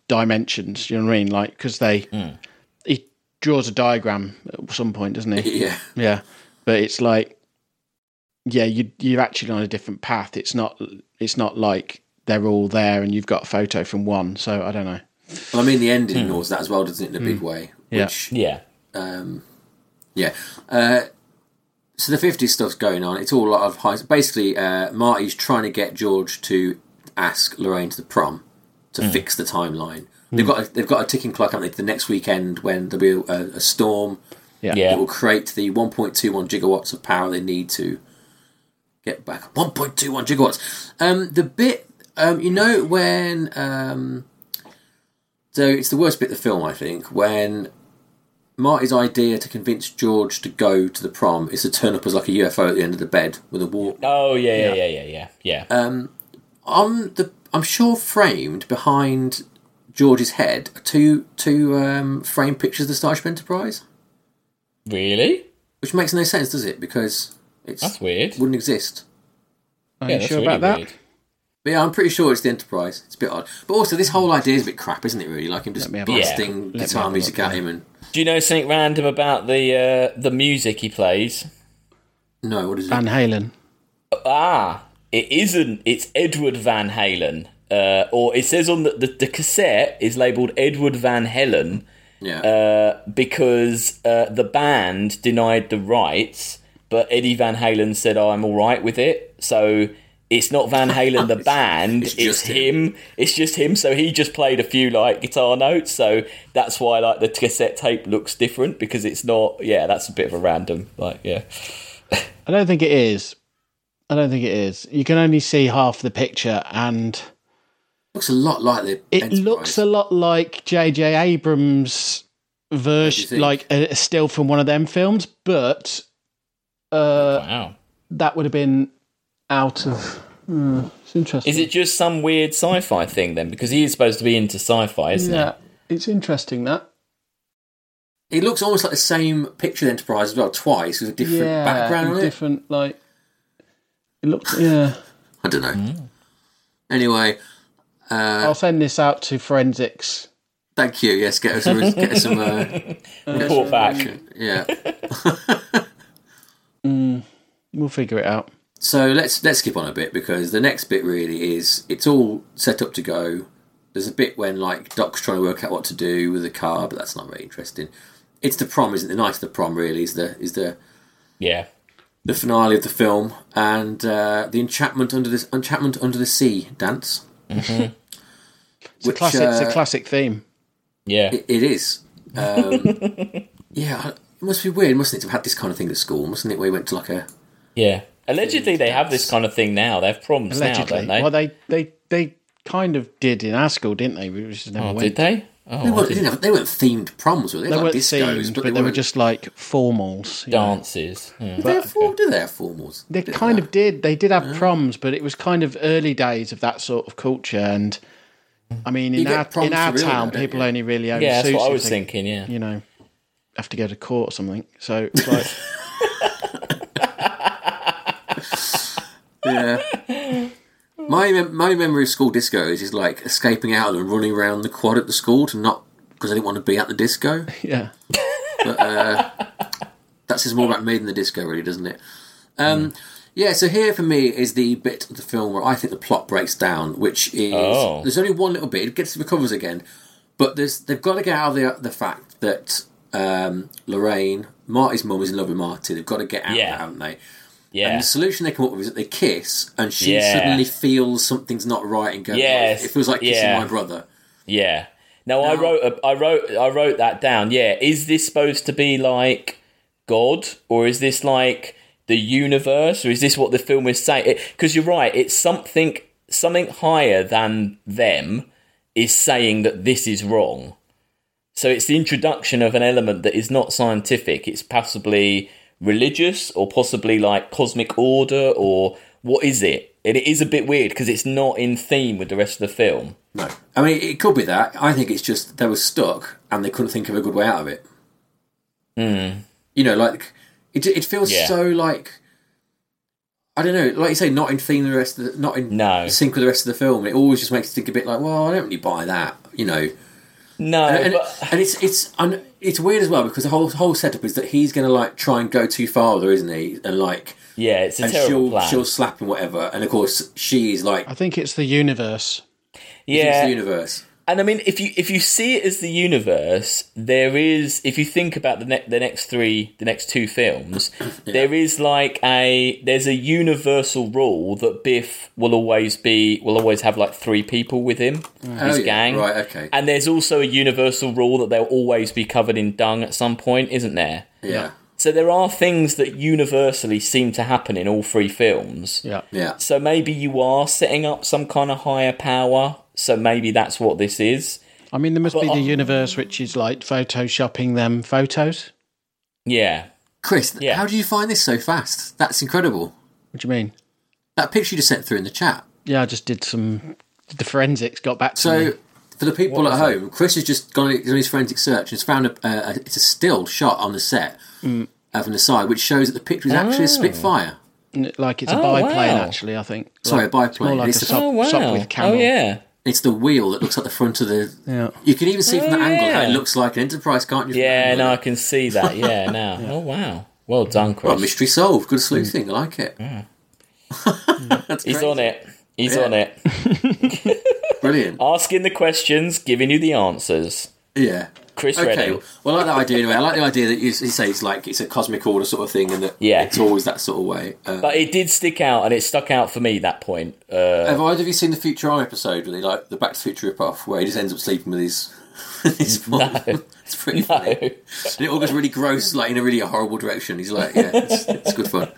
[SPEAKER 3] dimensions. You know what I mean? Like because they
[SPEAKER 2] Hmm.
[SPEAKER 3] he draws a diagram at some point, doesn't he?
[SPEAKER 1] Yeah.
[SPEAKER 3] yeah, but it's like yeah, you you're actually on a different path. It's not it's not like they're all there and you've got a photo from one. So I don't know.
[SPEAKER 1] Well, I mean, the end ignores that as well, doesn't it, in a big way?
[SPEAKER 3] Yeah.
[SPEAKER 1] Which,
[SPEAKER 2] yeah,
[SPEAKER 1] yeah. Uh, so the 50s stuff's going on. It's all a lot of high. Basically, uh, Marty's trying to get George to ask Lorraine to the prom to fix the timeline. They've got a, they've got a ticking clock, haven't they? The next weekend when there'll be a, a storm, it
[SPEAKER 2] yeah,
[SPEAKER 1] will create the 1.21 gigawatts of power they need to get back. 1.21 gigawatts. Um, the bit, um, you know, when. Um, so it's the worst bit of the film, I think, when Marty's idea to convince George to go to the prom is to turn up as like a UFO at the end of the bed with a wall.
[SPEAKER 2] Oh yeah, yeah, yeah, yeah, yeah, yeah.
[SPEAKER 1] Uh, On the, I'm sure framed behind George's head are two two um, framed pictures of the Starship Enterprise,
[SPEAKER 2] really?
[SPEAKER 1] which makes no sense, does it? Because it's
[SPEAKER 2] That's weird.
[SPEAKER 1] wouldn't exist.
[SPEAKER 3] Are
[SPEAKER 2] yeah,
[SPEAKER 3] you
[SPEAKER 2] that's
[SPEAKER 3] sure
[SPEAKER 2] really
[SPEAKER 3] about that?
[SPEAKER 2] weird.
[SPEAKER 1] But yeah, I'm pretty sure it's the Enterprise. It's a bit odd. But also, this whole idea is a bit crap, isn't it, really? Like him just
[SPEAKER 3] me have-
[SPEAKER 2] Yeah.
[SPEAKER 1] blasting
[SPEAKER 3] me have
[SPEAKER 1] guitar
[SPEAKER 3] a
[SPEAKER 1] music
[SPEAKER 3] look,
[SPEAKER 1] at him and.
[SPEAKER 2] Do you know something random about the uh, the music he plays?
[SPEAKER 1] No, what is it?
[SPEAKER 3] Van Halen.
[SPEAKER 2] Ah, it isn't. It's Edward Van Halen, uh, or it says on the, the the cassette is labeled Edward Van Halen
[SPEAKER 1] yeah.
[SPEAKER 3] uh,
[SPEAKER 2] because uh, the band denied the rights, but Eddie Van Halen said, oh, "I'm all right with it." So. It's not Van Halen the band, it's,
[SPEAKER 1] just
[SPEAKER 2] him. It's just him. So he just played a few like guitar notes. So that's why like the cassette tape looks different because it's not. Yeah, that's a bit of a random. Like yeah,
[SPEAKER 3] I don't think it is. I don't think it is. You can only see half the picture and.
[SPEAKER 1] looks a lot like the.
[SPEAKER 3] It
[SPEAKER 1] Enterprise.
[SPEAKER 3] looks a lot like J.J. Abrams' version,
[SPEAKER 1] think?
[SPEAKER 3] like a, a still from one of them films, but uh,
[SPEAKER 2] wow.
[SPEAKER 3] that would have been out of. Hmm, it's interesting.
[SPEAKER 2] Is it just some weird sci-fi thing then? Because he is supposed to be into sci-fi, isn't
[SPEAKER 3] Yeah, it's interesting that.
[SPEAKER 1] It looks almost like the same picture of Enterprise as well, twice with a different
[SPEAKER 3] Yeah,
[SPEAKER 1] background on
[SPEAKER 3] and
[SPEAKER 1] it.
[SPEAKER 3] different. Like it looks. Yeah,
[SPEAKER 1] I don't know.
[SPEAKER 3] Hmm.
[SPEAKER 1] Anyway, Uh,
[SPEAKER 3] I'll send this out to forensics.
[SPEAKER 1] thank you. Yes, get us some. get us some uh,
[SPEAKER 2] it? Report back.
[SPEAKER 1] yeah.
[SPEAKER 3] We'll figure it out.
[SPEAKER 1] So let's let's skip on a bit because the next bit really is it's all set up to go. There's a bit when like Doc's trying to work out what to do with the car, but that's not very interesting. It's the prom, isn't it? The night of the prom really is the is the
[SPEAKER 2] Yeah.
[SPEAKER 1] the finale of the film and uh, the enchantment under this enchantment under the sea dance.
[SPEAKER 3] It's, a, classic,
[SPEAKER 1] uh,
[SPEAKER 3] it's a classic theme.
[SPEAKER 2] Yeah.
[SPEAKER 1] It, it is. Um, yeah, it must be weird, mustn't it, to have had this kind of thing at school, mustn't it? Where you went to like a
[SPEAKER 2] Yeah. Allegedly, they have this kind of thing now. They have problems
[SPEAKER 3] Allegedly.
[SPEAKER 2] now,
[SPEAKER 3] Well,
[SPEAKER 2] don't they?
[SPEAKER 3] they, they, they kind of did in our school, didn't they? We just never
[SPEAKER 2] Oh,
[SPEAKER 3] went.
[SPEAKER 2] did they?
[SPEAKER 1] they
[SPEAKER 2] Oh, I
[SPEAKER 1] weren't, they
[SPEAKER 2] did
[SPEAKER 1] didn't have, they weren't themed proms, were they?
[SPEAKER 3] They
[SPEAKER 1] like
[SPEAKER 3] weren't
[SPEAKER 1] discos,
[SPEAKER 3] scenes, but, they were
[SPEAKER 1] weren't-
[SPEAKER 3] just like formals. you know.
[SPEAKER 2] dances. Hmm. Yeah.
[SPEAKER 1] Did they have form- did they have formals?
[SPEAKER 3] They kind of did. They did have proms, but it was kind of early days of that sort of culture. And I mean, in
[SPEAKER 1] get
[SPEAKER 3] our
[SPEAKER 1] proms
[SPEAKER 3] in our
[SPEAKER 1] for real
[SPEAKER 3] town,
[SPEAKER 1] now, don't
[SPEAKER 3] people
[SPEAKER 1] you?
[SPEAKER 3] only really own
[SPEAKER 2] Yeah, that's
[SPEAKER 3] suits
[SPEAKER 2] what I
[SPEAKER 3] if
[SPEAKER 2] was
[SPEAKER 3] they,
[SPEAKER 2] thinking. Yeah.
[SPEAKER 3] You know, have to go to court or something. So it's like,
[SPEAKER 1] yeah. My mem- my memory of school disco is, is like escaping out and running around the quad at the school to not because I didn't want to be at the disco.
[SPEAKER 3] yeah,
[SPEAKER 1] That says more about me than the disco, really, doesn't it? Um,
[SPEAKER 2] Mm.
[SPEAKER 1] Yeah. So here for me is the bit of the film where I think the plot breaks down, which is
[SPEAKER 2] Oh.
[SPEAKER 1] there's only one little bit. It gets recovers again, but there's they've got to get out of the the fact that um, Lorraine Marty's mum is in love with Marty. They've got to get out, of
[SPEAKER 2] Yeah.
[SPEAKER 1] that, haven't they?
[SPEAKER 2] Yeah.
[SPEAKER 1] And the solution they come up with is that they kiss, and she
[SPEAKER 2] Yeah.
[SPEAKER 1] suddenly feels something's not right and goes, "Oh,
[SPEAKER 2] Yes,
[SPEAKER 1] "It feels like kissing
[SPEAKER 2] yeah.
[SPEAKER 1] my brother."
[SPEAKER 2] Yeah. No, I wrote a, I wrote I wrote that down. Yeah, is this supposed to be like God or is this like the universe or is this what the film is saying? Because you're right, it's something something higher than them is saying that this is wrong. So it's the introduction of an element that is not scientific. It's possibly religious or possibly like cosmic order or what is it? And it is a bit weird because it's not in theme with the rest of the film.
[SPEAKER 1] No, I mean it could be that. I think it's just they were stuck and they couldn't think of a good way out of it. Mm. You know, like it. It feels
[SPEAKER 2] Hmm. Yeah.
[SPEAKER 1] so like I don't know, like you say, not in theme with the rest of the, not in
[SPEAKER 2] No.
[SPEAKER 1] sync with the rest of the film. It always just makes you think a bit like, well, I don't really buy that. You know,
[SPEAKER 2] No,
[SPEAKER 1] and,
[SPEAKER 2] but
[SPEAKER 1] and it's it's and it's weird as well because the whole whole setup is that he's going to like try and go too far with her, isn't he? And like.
[SPEAKER 2] Yeah, it's a
[SPEAKER 1] and
[SPEAKER 2] terrible
[SPEAKER 1] she'll
[SPEAKER 2] plan.
[SPEAKER 1] she'll slap him whatever and of course she's like
[SPEAKER 3] I think it's the universe.
[SPEAKER 1] it's the
[SPEAKER 2] yeah,
[SPEAKER 1] universe
[SPEAKER 2] and I mean, if you if you see it as the universe, there is. If you think about the ne- the next three, the next two films, there is like a there's a universal rule that Biff will always be will always have like three people with him, his
[SPEAKER 1] Oh, yeah.
[SPEAKER 2] gang,
[SPEAKER 1] right okay
[SPEAKER 2] And there's also a universal rule that they'll always be covered in dung at some point, isn't there?
[SPEAKER 1] yeah
[SPEAKER 2] So there are things that universally seem to happen in all three films.
[SPEAKER 3] Yeah,
[SPEAKER 1] yeah
[SPEAKER 2] So maybe you are setting up some kind of higher power. So maybe that's what this is.
[SPEAKER 3] I mean, there must be
[SPEAKER 2] But
[SPEAKER 3] the
[SPEAKER 2] I-
[SPEAKER 3] universe which is like photoshopping them photos.
[SPEAKER 2] Yeah.
[SPEAKER 1] Chris
[SPEAKER 2] Yeah.
[SPEAKER 1] how do you find this so fast that's incredible
[SPEAKER 3] What do you mean?
[SPEAKER 1] that picture you just sent through in the chat
[SPEAKER 3] Yeah, I just did some. The forensics got back to me.
[SPEAKER 1] so for the people at home Chris has just gone on his forensic search and has found a, a, a it's a still shot on the set
[SPEAKER 3] Mm.
[SPEAKER 1] uh, from the side which shows that the picture is actually a Spitfire
[SPEAKER 3] N- like it's a
[SPEAKER 2] Oh,
[SPEAKER 3] biplane
[SPEAKER 2] wow.
[SPEAKER 3] actually. I think.
[SPEAKER 1] Sorry, a
[SPEAKER 3] Like, it's
[SPEAKER 1] biplane.
[SPEAKER 3] More like
[SPEAKER 1] It's
[SPEAKER 3] a
[SPEAKER 1] a-
[SPEAKER 3] sop,
[SPEAKER 2] Oh wow.
[SPEAKER 3] sop with
[SPEAKER 2] oh
[SPEAKER 3] camel.
[SPEAKER 2] yeah.
[SPEAKER 1] it's the wheel that looks like the front of the
[SPEAKER 3] Yeah.
[SPEAKER 1] you can even see from
[SPEAKER 2] Oh,
[SPEAKER 1] the angle how it
[SPEAKER 2] yeah.
[SPEAKER 1] looks like an Enterprise can't you from that
[SPEAKER 2] Yeah.
[SPEAKER 1] angle?
[SPEAKER 2] No, I can see that. Yeah. Now. Oh wow. Well done,
[SPEAKER 1] Well,
[SPEAKER 2] Chris.
[SPEAKER 1] mystery solved. Good sleuthing. I like it. That's
[SPEAKER 2] He's
[SPEAKER 1] great.
[SPEAKER 2] on it. He's on it.
[SPEAKER 1] Brilliant.
[SPEAKER 2] Asking the questions, giving you the answers.
[SPEAKER 1] Yeah.
[SPEAKER 2] Chris
[SPEAKER 1] Okay.
[SPEAKER 2] Redding.
[SPEAKER 1] Well, I like that idea anyway. I like the idea that you, you say it's like it's a cosmic order sort of thing, and that
[SPEAKER 2] Yeah.
[SPEAKER 1] it's always that sort of way. Uh,
[SPEAKER 2] But it did stick out, and it stuck out for me that point. Uh,
[SPEAKER 1] have either of you seen the Future Eye episode where they like the Back to the Future ripoff where he just ends up sleeping with his with his mum? It's pretty funny.
[SPEAKER 2] no.
[SPEAKER 1] And it all goes really gross, like in a really horrible direction. He's like, yeah, it's, it's good fun.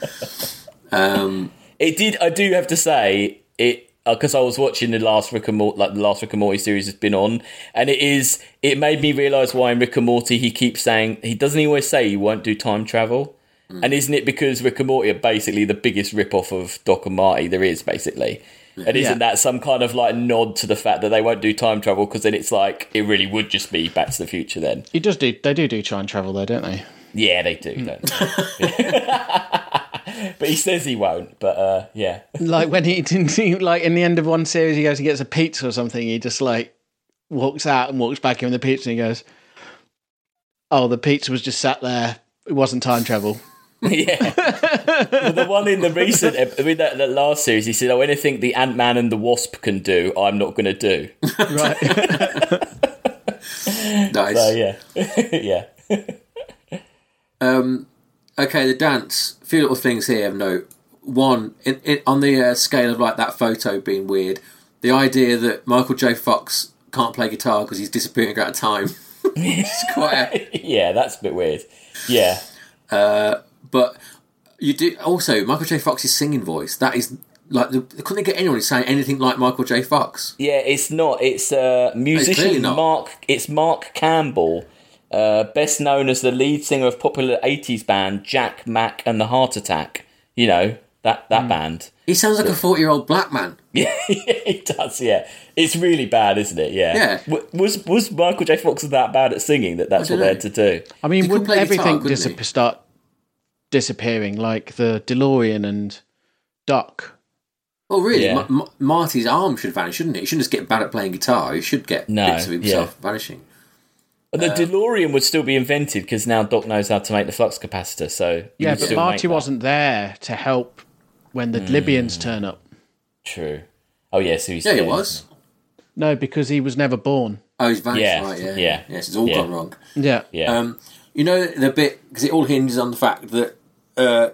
[SPEAKER 1] Um,
[SPEAKER 2] It did. I do have to say it because I was watching the last Rick and Morty, like the last Rick and Morty series has been on, and it is. It made me realise why in Rick and Morty he keeps saying he doesn't he always say you won't do time travel, and isn't it because Rick and Morty are basically the biggest rip off of Doc and Marty there is basically. And isn't
[SPEAKER 3] Yeah.
[SPEAKER 2] that some kind of like nod to the fact that they won't do time travel? Because then it's like it really would just be Back to the Future. Then,
[SPEAKER 3] He does do. They do do try and travel though, don't they?
[SPEAKER 2] yeah, they do. Don't they? but he says he won't. But uh, yeah,
[SPEAKER 3] Like when he didn't. He, like in the end of one series, he goes and gets a pizza or something. He just like walks out and walks back in with the pizza and he goes, "Oh, the pizza was just sat there. It wasn't time travel."
[SPEAKER 2] yeah. Well, the one in the recent, ep- I mean, that, that last series, he said, "Oh, anything the Ant Man and the Wasp can do, I'm not going to do."
[SPEAKER 3] Right.
[SPEAKER 1] Nice.
[SPEAKER 2] So yeah, yeah.
[SPEAKER 1] Okay, the dance. A few little things here of note. One, in, in, on the uh, scale of like that photo being weird, the idea that Michael J. Fox can't play guitar because he's disappearing out of time. it's quite. A,
[SPEAKER 2] Yeah, that's a bit weird. Yeah,
[SPEAKER 1] but you do also Michael J. Fox's singing voice. That is like the, couldn't they get anyone who's saying anything like Michael J. Fox?
[SPEAKER 2] yeah. It's not. It's uh, musician
[SPEAKER 1] clearly not.
[SPEAKER 2] Mark. It's Mark Campbell, uh, best known as the lead singer of popular '80s band Jack Mack and the Heart Attack. You know that
[SPEAKER 1] Hmm.
[SPEAKER 2] that band.
[SPEAKER 1] He sounds like a forty-year-old black man.
[SPEAKER 2] Yeah, it does. Yeah, it's really bad, isn't it? Yeah.
[SPEAKER 1] Yeah.
[SPEAKER 2] W- was was Michael J. Fox that bad at singing that that's
[SPEAKER 1] I
[SPEAKER 2] what
[SPEAKER 1] don't
[SPEAKER 2] they had to
[SPEAKER 1] know.
[SPEAKER 2] do?
[SPEAKER 3] I mean,
[SPEAKER 1] could
[SPEAKER 3] wouldn't
[SPEAKER 1] play guitar,
[SPEAKER 3] everything
[SPEAKER 1] couldn't he?
[SPEAKER 3] disap- start disappearing, like the DeLorean and Duck?
[SPEAKER 1] Oh, really?
[SPEAKER 2] Yeah.
[SPEAKER 1] M- M- Marty's arm should vanish, shouldn't it? He shouldn't just get bad at playing guitar. He should get
[SPEAKER 2] No,
[SPEAKER 1] bits of himself vanishing.
[SPEAKER 2] But
[SPEAKER 3] Uh,
[SPEAKER 2] the DeLorean would still be invented because now Doc knows how to make the flux capacitor. So you
[SPEAKER 3] Yeah,
[SPEAKER 2] would
[SPEAKER 3] but
[SPEAKER 2] still make
[SPEAKER 3] Marty
[SPEAKER 2] that. Hmm.
[SPEAKER 3] wasn't there to help when the Libyans turn up.
[SPEAKER 2] true. Oh yeah, so he's
[SPEAKER 1] Yeah, he
[SPEAKER 2] dead.
[SPEAKER 1] was.
[SPEAKER 3] No, because he was never born.
[SPEAKER 1] Oh, he's vanished,
[SPEAKER 2] Yeah,
[SPEAKER 1] right? Yeah,
[SPEAKER 2] yeah,
[SPEAKER 1] Yes, it's all
[SPEAKER 2] yeah.
[SPEAKER 1] gone wrong.
[SPEAKER 3] Yeah.
[SPEAKER 2] Yeah,
[SPEAKER 1] Um, you know the bit because it all hinges on the fact that uh,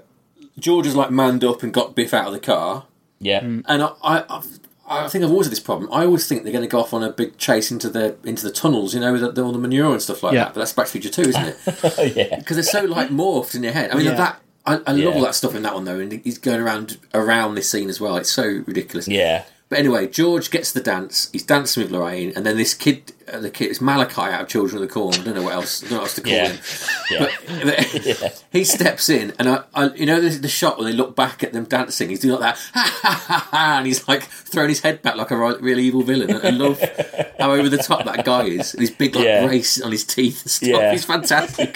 [SPEAKER 1] George has like manned up and got Biff out of the car,
[SPEAKER 2] yeah,
[SPEAKER 3] Hmm.
[SPEAKER 1] and I, I, I've, I think I've always had this problem. I always think they're going to go off on a big chase into the into the tunnels, you know, with the, all the manure and stuff like
[SPEAKER 3] Yeah.
[SPEAKER 1] that. But that's Back to the Future Two, isn't it?
[SPEAKER 2] Oh, yeah.
[SPEAKER 1] Because they're so like morphed in your head. I mean,
[SPEAKER 3] Yeah.
[SPEAKER 1] that I, I
[SPEAKER 2] Yeah.
[SPEAKER 1] love all that stuff in that one though, and he's going around around this scene as well. It's so ridiculous.
[SPEAKER 2] Yeah.
[SPEAKER 1] But anyway, George gets the dance. He's dancing with Lorraine, and then this kid, uh, the kid, it's Malachi out of Children of the Corn. I don't know what else, I don't know what else to call
[SPEAKER 2] Yeah.
[SPEAKER 1] him.
[SPEAKER 2] Yeah.
[SPEAKER 1] But he steps in, and I, I you know, the, the shot when they look back at them dancing, he's doing like that, ha ha ha ha, and he's like throwing his head back like a right, really evil villain. And I love how over the top that guy is, and his big like
[SPEAKER 2] Yeah.
[SPEAKER 1] brace on his teeth and stuff.
[SPEAKER 2] Yeah.
[SPEAKER 1] He's fantastic.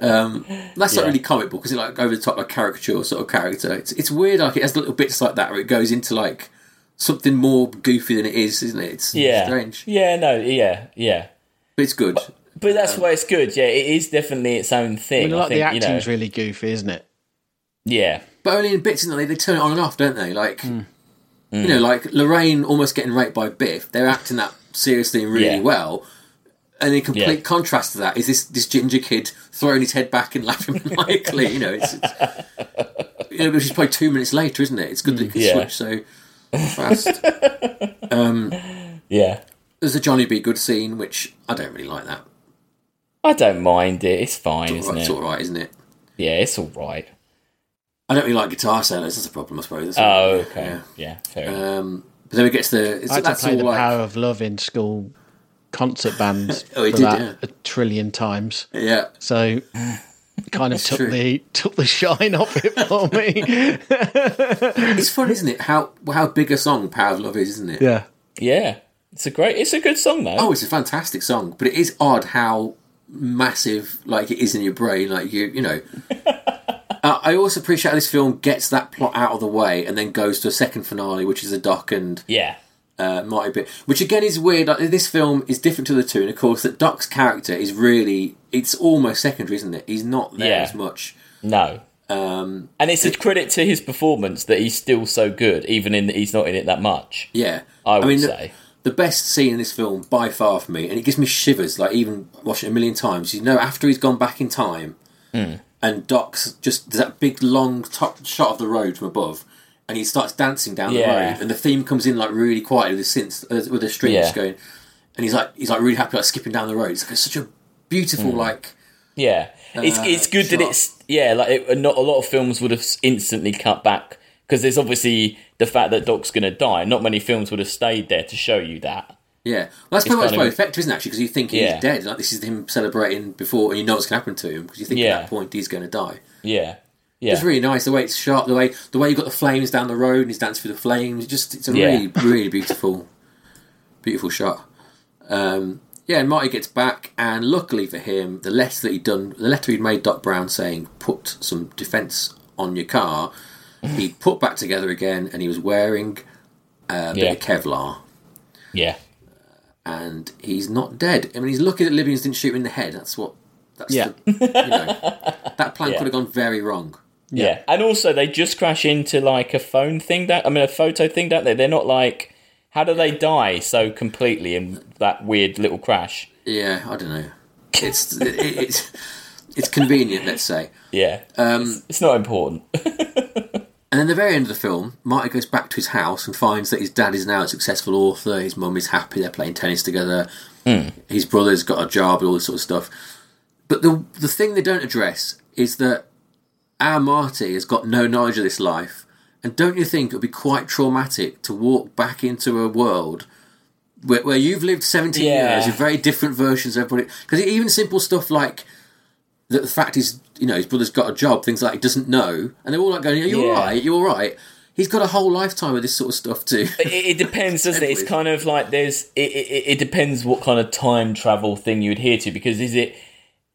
[SPEAKER 1] Um, That's not really comic book because it's like over the top, like caricature sort of character. It's it's weird, like it has little bits like that where it goes into like something more goofy than it is, isn't it? It's
[SPEAKER 2] yeah.
[SPEAKER 1] strange,
[SPEAKER 2] Yeah, no, yeah, yeah.
[SPEAKER 1] but it's good.
[SPEAKER 2] But
[SPEAKER 1] Um,
[SPEAKER 2] that's why it's good. Yeah, it is definitely its own
[SPEAKER 3] I
[SPEAKER 2] thing.
[SPEAKER 3] mean,
[SPEAKER 2] I
[SPEAKER 3] like
[SPEAKER 2] think,
[SPEAKER 3] the
[SPEAKER 2] you know,
[SPEAKER 3] acting's really goofy, isn't it?
[SPEAKER 2] yeah,
[SPEAKER 1] But only in bits, isn't it? They, they turn it on and off, don't they? Like
[SPEAKER 3] Hmm.
[SPEAKER 1] you know, like Lorraine almost getting raped by Biff. They're acting that seriously and really
[SPEAKER 2] Yeah.
[SPEAKER 1] well. And in complete
[SPEAKER 2] Yeah.
[SPEAKER 1] contrast to that is this this ginger kid throwing his head back and laughing maniacally. you know, it's, it's you know, which is probably two minutes later, isn't it? It's good that
[SPEAKER 3] Hmm.
[SPEAKER 1] it can
[SPEAKER 2] Yeah.
[SPEAKER 1] switch so fast.
[SPEAKER 2] yeah.
[SPEAKER 1] There's a Johnny B. Good scene, which I don't really like that.
[SPEAKER 2] I don't mind it. It's fine,
[SPEAKER 1] It's
[SPEAKER 2] isn't it?
[SPEAKER 1] all right, isn't it?
[SPEAKER 2] Yeah, it's all right.
[SPEAKER 1] I don't really like guitar solos. That's a problem, I suppose. That's
[SPEAKER 2] Oh,
[SPEAKER 1] all.
[SPEAKER 2] okay. Yeah, fair enough.
[SPEAKER 1] Yeah. Um, but then we get to the. It's,
[SPEAKER 3] Uh, I had to
[SPEAKER 1] that's
[SPEAKER 3] play
[SPEAKER 1] all
[SPEAKER 3] the
[SPEAKER 1] like.
[SPEAKER 3] Power of Love in school concert bands
[SPEAKER 1] Oh, he
[SPEAKER 3] for
[SPEAKER 1] did,
[SPEAKER 3] that
[SPEAKER 1] yeah.
[SPEAKER 3] a trillion times.
[SPEAKER 1] Yeah.
[SPEAKER 3] So kind of took
[SPEAKER 1] true.
[SPEAKER 3] the took the shine off it for me.
[SPEAKER 1] It's fun, isn't it? How how big a song Power of Love is, isn't it?
[SPEAKER 3] yeah.
[SPEAKER 2] Yeah, it's a great, it's a good song though.
[SPEAKER 1] Oh, it's a fantastic song, but it is odd how massive like it is in your brain. Like you, you know. uh, I also appreciate how this film gets that plot out of the way and then goes to a second finale, which is a doc and
[SPEAKER 2] Yeah,
[SPEAKER 1] uh, Marty Bit, which again is weird. Like, this film is different to the two, and of course, that Doc's character is really—it's almost secondary, isn't it? He's not there
[SPEAKER 2] Yeah.
[SPEAKER 1] as much.
[SPEAKER 2] no. Um, and it's a credit to his performance that he's still so good, even in that he's not in it that much.
[SPEAKER 1] Yeah,
[SPEAKER 2] I would
[SPEAKER 1] mean, the-
[SPEAKER 2] say.
[SPEAKER 1] the, best scene in this film by far for me, and it gives me shivers. Like even watching it a million times, you know, after he's gone back in time,
[SPEAKER 2] Hmm.
[SPEAKER 1] and Doc's just there's that big long top shot of the road from above. And he starts dancing down
[SPEAKER 2] Yeah.
[SPEAKER 1] the road, and the theme comes in like really quietly with the synth, uh, with the strings
[SPEAKER 2] Yeah.
[SPEAKER 1] going, and he's like, he's like really happy, like skipping down the road. It's like it's such a beautiful,
[SPEAKER 2] Hmm.
[SPEAKER 1] like
[SPEAKER 2] Yeah, it's it's good that
[SPEAKER 1] shot.
[SPEAKER 2] it's yeah. Like it, not a lot of films would have s- instantly cut back because there's obviously the fact that Doc's going to die. Not many films would have stayed there to show you that.
[SPEAKER 1] Yeah, well, that's pretty much
[SPEAKER 2] kind
[SPEAKER 1] quite
[SPEAKER 2] of-
[SPEAKER 1] effective, isn't it? Actually, because you think
[SPEAKER 2] Yeah.
[SPEAKER 1] he's dead. Like this is him celebrating before, and you know what's going to happen to him because you think
[SPEAKER 2] Yeah.
[SPEAKER 1] at that point he's going to die.
[SPEAKER 2] Yeah, yeah,
[SPEAKER 1] It's really nice the way it's shot, the way the way you got the flames down the road and he's dancing through the flames. It Just it's a
[SPEAKER 2] Yeah.
[SPEAKER 1] really really beautiful, beautiful shot. Um, yeah, and Marty gets back, and luckily for him, the letter that he'd done, the letter he'd made Doc Brown saying, "Put some defense on your car," he put back together again, and he was wearing a bit
[SPEAKER 2] Yeah.
[SPEAKER 1] of Kevlar.
[SPEAKER 2] yeah,
[SPEAKER 1] and he's not dead. I mean, he's lucky that Libyans didn't shoot him in the head. That's what That's
[SPEAKER 3] Yeah.
[SPEAKER 1] the, you know, that plan
[SPEAKER 2] Yeah.
[SPEAKER 1] could have gone very wrong.
[SPEAKER 2] Yeah. and also they just crash into like a phone thing. That I mean, a photo thing. Don't they? They're not like. How do they die so completely in that weird little crash?
[SPEAKER 1] Yeah, I don't know. It's it, it's it's convenient, let's say.
[SPEAKER 2] Yeah, it's, it's not important.
[SPEAKER 1] And then the very end of the film, Marty goes back to his house and finds that his dad is now a successful author. His mum is happy; they're playing tennis together.
[SPEAKER 2] Hmm.
[SPEAKER 1] His brother's got a job and all this sort of stuff. But the the thing they don't address is that our Marty has got no knowledge of this life. And don't you think it would be quite traumatic to walk back into a world where, where you've lived 17
[SPEAKER 2] Yeah.
[SPEAKER 1] years, you're very different versions of everybody? Because even simple stuff like that the fact is, you know, his brother's got a job, things like he doesn't know, and they're all like going, "Are you
[SPEAKER 2] Yeah.
[SPEAKER 1] all right? You all right?" He's got a whole lifetime of this sort of stuff too.
[SPEAKER 2] it, it depends, doesn't it? It's
[SPEAKER 1] Anyway.
[SPEAKER 2] kind of like there's. It, it, it depends what kind of time travel thing you adhere to because is it.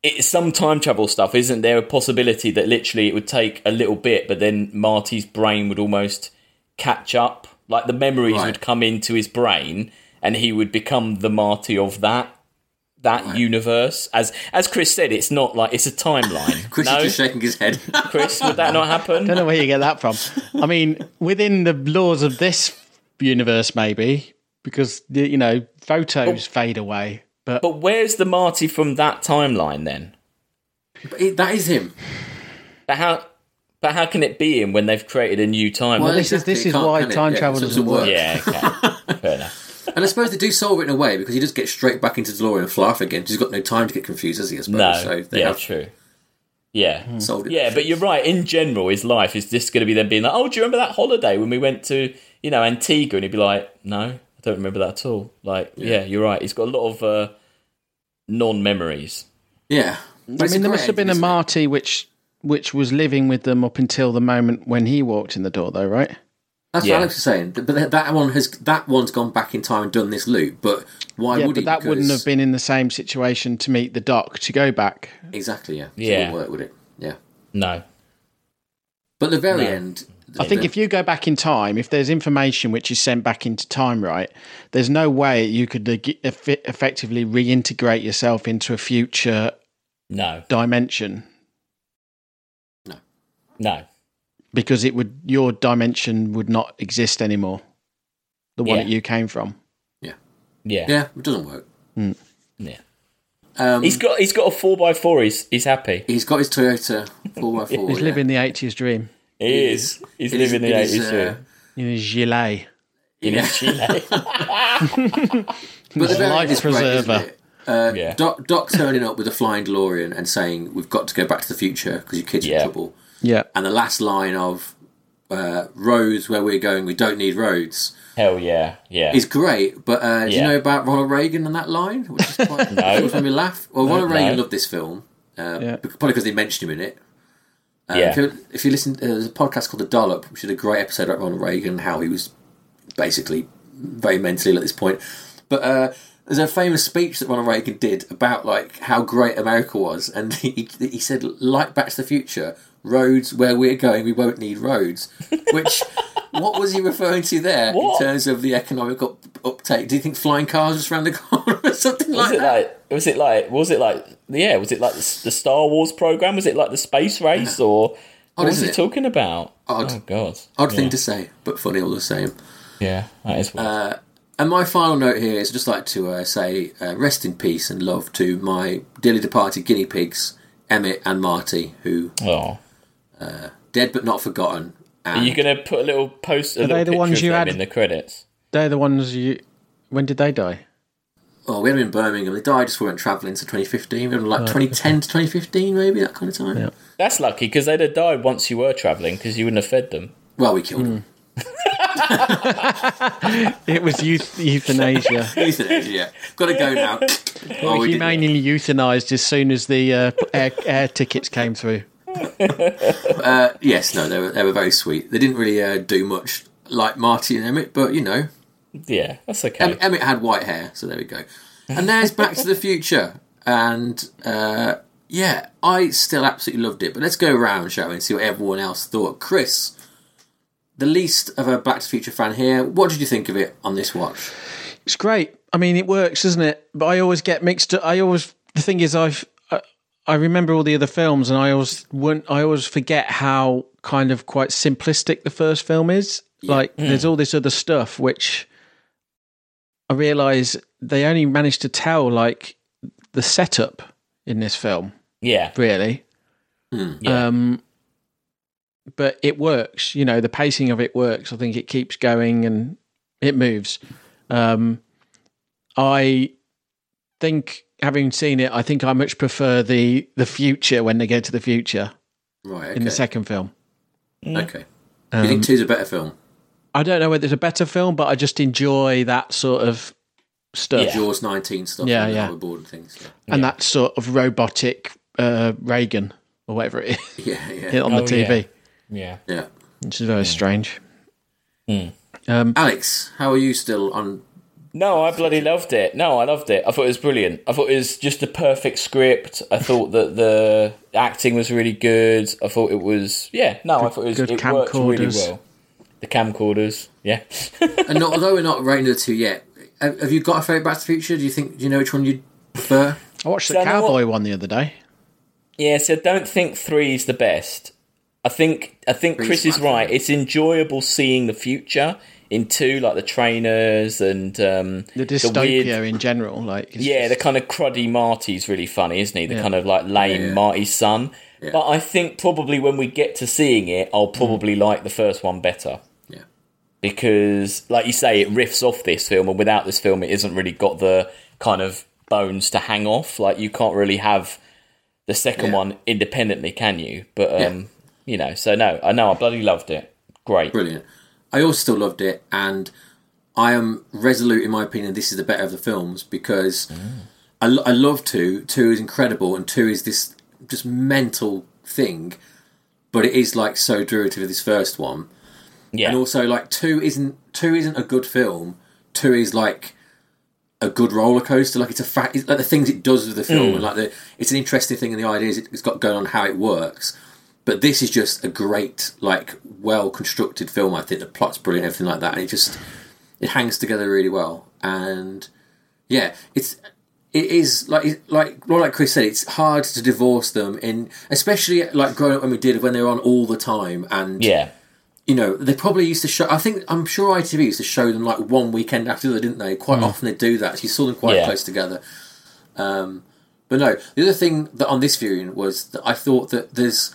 [SPEAKER 2] It's some time travel stuff, isn't there? A possibility that literally it would take a little bit, but then Marty's brain would almost catch up. Like the memories
[SPEAKER 1] Right.
[SPEAKER 2] would come into his brain, and he would become the Marty of that that universe. As as Chris said, it's not like it's a timeline.
[SPEAKER 1] Chris
[SPEAKER 2] no,
[SPEAKER 1] is just shaking his head.
[SPEAKER 2] Chris, would that not happen?
[SPEAKER 3] I don't know where you get that from. I mean, within the laws of this universe, maybe because the- you know photos fade away. But,
[SPEAKER 2] But where's the Marty from that timeline then?
[SPEAKER 1] But it- that is him.
[SPEAKER 2] But how? But how can it be him when they've created a new time?
[SPEAKER 1] Well,
[SPEAKER 3] this is-
[SPEAKER 1] exactly,
[SPEAKER 3] this
[SPEAKER 1] it
[SPEAKER 3] is
[SPEAKER 1] can't-
[SPEAKER 3] why
[SPEAKER 1] can it?
[SPEAKER 3] time
[SPEAKER 1] Yeah,
[SPEAKER 3] travel
[SPEAKER 1] it
[SPEAKER 3] doesn't work.
[SPEAKER 2] yeah, okay. fair enough.
[SPEAKER 1] And I suppose they do solve it in a way because he does get straight back into DeLorean and fly off again. He's got no time to get confused, has he? I suppose.
[SPEAKER 2] No,
[SPEAKER 1] so they
[SPEAKER 2] yeah,
[SPEAKER 1] have
[SPEAKER 2] true. Yeah,
[SPEAKER 1] solved it.
[SPEAKER 2] yeah, but you're right. In general, his life is just going to be them being like, "Oh, do you remember that holiday when we went to you know Antigua?" And he'd be like, "No, I don't remember that at all." Like, yeah, you're right. He's got a lot of uh, non-memories.
[SPEAKER 1] yeah. But
[SPEAKER 3] I
[SPEAKER 1] it's
[SPEAKER 3] mean, there
[SPEAKER 1] great
[SPEAKER 3] must have been a
[SPEAKER 1] ending, isn't it?
[SPEAKER 3] Marty which which was living with them up until the moment when he walked in the door, though, right?
[SPEAKER 1] That's
[SPEAKER 2] Yeah.
[SPEAKER 1] what Alex was saying. But that- that one has that one's gone back in time and done this loop. But why
[SPEAKER 3] yeah,
[SPEAKER 1] would
[SPEAKER 3] but
[SPEAKER 1] he?
[SPEAKER 3] that wouldn't
[SPEAKER 1] Because-
[SPEAKER 3] have been in the same situation to meet the doc to go back.
[SPEAKER 1] exactly. Yeah. So it
[SPEAKER 2] Yeah.
[SPEAKER 1] wouldn't work, would it? Yeah.
[SPEAKER 2] No,
[SPEAKER 1] But the very
[SPEAKER 2] No.
[SPEAKER 1] end.
[SPEAKER 3] I think if you go back in time, if there's information which is sent back into time, right, there's no way you could eg- eff- effectively reintegrate yourself into a future
[SPEAKER 2] no,
[SPEAKER 3] dimension
[SPEAKER 2] no.
[SPEAKER 3] because it would your dimension would not exist anymore, the one
[SPEAKER 2] Yeah.
[SPEAKER 3] that you came from.
[SPEAKER 2] Yeah, yeah.
[SPEAKER 1] Yeah, it doesn't work. Um,
[SPEAKER 2] He's got he's got a four x four. He's he's happy.
[SPEAKER 1] He's got his Toyota 4x4.
[SPEAKER 3] He's
[SPEAKER 1] yeah.
[SPEAKER 3] living the 80s dream
[SPEAKER 2] He is. He's living the
[SPEAKER 1] it is,
[SPEAKER 2] eighties
[SPEAKER 1] uh,
[SPEAKER 3] in his gilet.
[SPEAKER 2] in
[SPEAKER 1] yeah.
[SPEAKER 2] Chile.
[SPEAKER 1] But the very
[SPEAKER 3] life
[SPEAKER 1] end is great, isn't
[SPEAKER 3] preserver.
[SPEAKER 1] it? Uh,
[SPEAKER 2] Yeah.
[SPEAKER 1] Doc, Doc turning up with a flying DeLorean and saying, "We've got to go back to the future because your kids are
[SPEAKER 2] Yeah.
[SPEAKER 1] in trouble."
[SPEAKER 3] Yeah.
[SPEAKER 1] And the last line of uh, "Roads where we're going, we don't need roads"
[SPEAKER 2] Hell yeah, yeah.
[SPEAKER 1] is great. But uh, do you
[SPEAKER 2] Yeah.
[SPEAKER 1] know about Ronald Reagan and that line? Which is quite no. made me laugh. Well, Ronald
[SPEAKER 2] no.
[SPEAKER 1] Reagan loved this film, uh,
[SPEAKER 3] Yeah.
[SPEAKER 1] probably because they mentioned him in it. Um,
[SPEAKER 2] Yeah.
[SPEAKER 1] If you, if you listen, uh, there's a podcast called The Dollop, which did a great episode about Ronald Reagan and how he was basically very mentally ill at this point. But uh, there's a famous speech that Ronald Reagan did about like how great America was, and he he said, "Like Back to the Future, roads where we're going, we won't need roads." Which, what was he referring to there
[SPEAKER 2] What?
[SPEAKER 1] in terms of the economic up- uptake? Do you think flying cars just around the corner or something
[SPEAKER 2] Was
[SPEAKER 1] like
[SPEAKER 2] it
[SPEAKER 1] that?
[SPEAKER 2] like? Was it like? Was it like? Yeah. Was it like the, the Star Wars program? Was it like the space race or? What was
[SPEAKER 1] isn't
[SPEAKER 2] he
[SPEAKER 1] it?
[SPEAKER 2] talking about?
[SPEAKER 1] Odd.
[SPEAKER 2] Oh God.
[SPEAKER 1] Odd
[SPEAKER 2] yeah.
[SPEAKER 1] thing to say, but funny all the same.
[SPEAKER 2] Yeah, that is weird.
[SPEAKER 1] Uh, And my final note here is I'd just like to uh, say uh, rest in peace and love to my dearly departed guinea pigs, Emmett and Marty, who
[SPEAKER 2] oh.
[SPEAKER 1] dead but not forgotten.
[SPEAKER 2] Are
[SPEAKER 1] And
[SPEAKER 2] you gonna put a little post? A
[SPEAKER 3] they
[SPEAKER 2] little
[SPEAKER 3] the
[SPEAKER 2] picture
[SPEAKER 3] ones
[SPEAKER 2] of
[SPEAKER 3] you
[SPEAKER 2] them
[SPEAKER 3] had-
[SPEAKER 2] in the credits?
[SPEAKER 3] They're the ones you. When did they die?
[SPEAKER 1] oh, we had them in Birmingham. They died just we weren't travelling to 2015. We had them
[SPEAKER 2] Oh,
[SPEAKER 1] like 2010 to 2015, maybe that kind of time.
[SPEAKER 2] That's lucky because they'd have died once you were traveling because you wouldn't have fed them.
[SPEAKER 1] Well, we killed
[SPEAKER 2] Hmm.
[SPEAKER 1] them.
[SPEAKER 3] It was euth- euthanasia.
[SPEAKER 1] Euthanasia, yeah. Got to go now. oh, we
[SPEAKER 3] he
[SPEAKER 1] did.
[SPEAKER 3] mainly euthanized as soon as the uh, air, air tickets came through.
[SPEAKER 1] Yes, no, they were, they were very sweet. They didn't really uh, do much like Marty and Emmett, but you know,
[SPEAKER 2] Yeah, that's okay.
[SPEAKER 1] Em- Emmett had white hair, so there we go. And there's Back to the Future, and uh, yeah, I still absolutely loved it. But let's go around, shall we, and see what everyone else thought. Chris, the least of a Back to the Future fan here, what did you think of it on this watch?
[SPEAKER 3] It's great. I mean, it works, doesn't it? But I always get mixed up. I always the thing is, I've I, I remember all the other films, and I always wouldn't, I always forget how kind of quite simplistic the first film is. Like, there's all this other stuff which I realise they only managed to tell like the setup in this film,
[SPEAKER 2] Yeah.
[SPEAKER 3] really.
[SPEAKER 2] Yeah.
[SPEAKER 3] Um, but it works. You know, the pacing of it works. I think it keeps going and it moves. Um, I think, having seen it, I think I much prefer the the future when they go to the future
[SPEAKER 1] Right.
[SPEAKER 3] in
[SPEAKER 1] Okay.
[SPEAKER 3] the second film.
[SPEAKER 1] okay. Do you think two's a better film?
[SPEAKER 3] I don't know whether it's a better film, but I just enjoy that sort of stuff
[SPEAKER 2] Yeah.
[SPEAKER 1] Jaws 19 stuff.
[SPEAKER 3] Yeah,
[SPEAKER 1] and
[SPEAKER 3] yeah.
[SPEAKER 1] Howard Board and things.
[SPEAKER 3] and that sort of robotic uh, Reagan or whatever it
[SPEAKER 1] Yeah, yeah,
[SPEAKER 3] is
[SPEAKER 1] yeah.
[SPEAKER 3] on the
[SPEAKER 2] Oh,
[SPEAKER 3] TV,
[SPEAKER 2] yeah.
[SPEAKER 1] yeah.
[SPEAKER 3] which is very strange.
[SPEAKER 1] Alex, how are you still on?
[SPEAKER 2] No, I bloody loved it. No, I loved it. I thought it was brilliant. I thought it was just the perfect script. I thought that the acting was really good. I thought it was yeah. No, I thought it was
[SPEAKER 3] good
[SPEAKER 2] it worked really
[SPEAKER 3] camcorders.
[SPEAKER 2] well. The camcorders, yeah.
[SPEAKER 1] And not, although we're not rating the two yet, have have you got a favourite Back to the Future? Do you think? Do you know which one you'd prefer?
[SPEAKER 3] I watched the
[SPEAKER 2] So I know what-
[SPEAKER 3] cowboy one the other day.
[SPEAKER 2] Yeah, so I don't think three is the best. I think I think Chris
[SPEAKER 1] Three's
[SPEAKER 2] is
[SPEAKER 1] my
[SPEAKER 2] right.
[SPEAKER 1] favourite.
[SPEAKER 2] It's enjoyable seeing the future in two, like the trainers and um,
[SPEAKER 3] The dystopia in general, like it's
[SPEAKER 2] yeah,
[SPEAKER 3] just-
[SPEAKER 2] the kind of cruddy Marty's really funny, isn't he? The
[SPEAKER 3] Yeah.
[SPEAKER 2] kind of like lame
[SPEAKER 1] Yeah.
[SPEAKER 2] Marty's son. But I think probably when we get to seeing it, I'll probably like the first one better
[SPEAKER 1] Mm. Yeah.
[SPEAKER 2] because, like you say, it riffs off this film, and without this film, it isn't really got the kind of bones to hang off. Like you can't really have the second
[SPEAKER 1] Yeah.
[SPEAKER 2] one independently, can you? But um, you know, so no, I know I bloody loved it. Great.
[SPEAKER 1] Brilliant. I also still loved it, and I am resolute in my opinion. This is the better of the films because I, lo- I love two. Two is incredible, and two is this just mental thing, but it is like so derivative of this first one.
[SPEAKER 2] Yeah,
[SPEAKER 1] And also, like two isn't two isn't a good film. Two is like a good roller coaster. Like it's a fact. It's like the things it does with the film, and like the it's an interesting thing, and the ideas it- it's got going on, how it works. But this is just a great, like, well constructed film. I think the plot's brilliant, everything like that, and it just it hangs together really well. And yeah, it's it is like like well, like Chris said, it's hard to divorce them in, especially like growing up when we did when they were on all the time and
[SPEAKER 2] yeah,
[SPEAKER 1] you know, they probably used to show. I think I'm sure ITV used to show them like one weekend after the other, didn't they? Quite often they do that. You saw them quite
[SPEAKER 2] Yeah.
[SPEAKER 1] close together. Um, but no, the other thing that on this viewing was that I thought that there's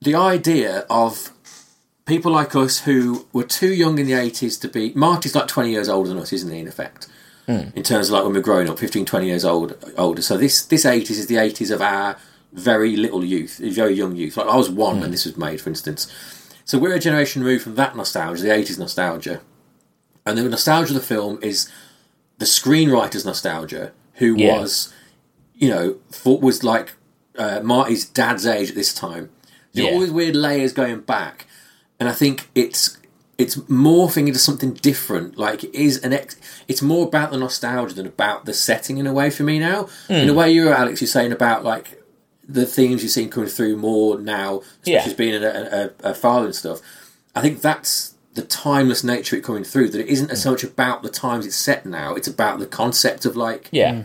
[SPEAKER 1] the idea of people like us who were too young in the 80s to be. Marty's like 20 years older than us, isn't he? In effect, in terms of like when we're growing up, 15, 20 years old older. So this this 80s is the 80s of our very little youth, very young youth. Like I was one when this was made, for instance. So we're a generation removed from that nostalgia, the 80s nostalgia. And the nostalgia of the film is the screenwriter's nostalgia, who
[SPEAKER 2] Yeah.
[SPEAKER 1] was, you know, thought was like uh, Marty's dad's age at this time. So
[SPEAKER 2] Yeah.
[SPEAKER 1] all these weird layers going back. And I think it's it's morphing into something different. Like it is an ex- it's more about the nostalgia than about the setting in a way for me now. In
[SPEAKER 2] Hmm.
[SPEAKER 1] a way you were Alex, you're saying about like the themes you've seen coming through more now, especially
[SPEAKER 2] Yeah.
[SPEAKER 1] as being a, a, a- a father and stuff. I think that's the timeless nature of it coming through. That it isn't
[SPEAKER 2] Hmm.
[SPEAKER 1] so much about the times it's set now; it's about the concept of like
[SPEAKER 2] yeah.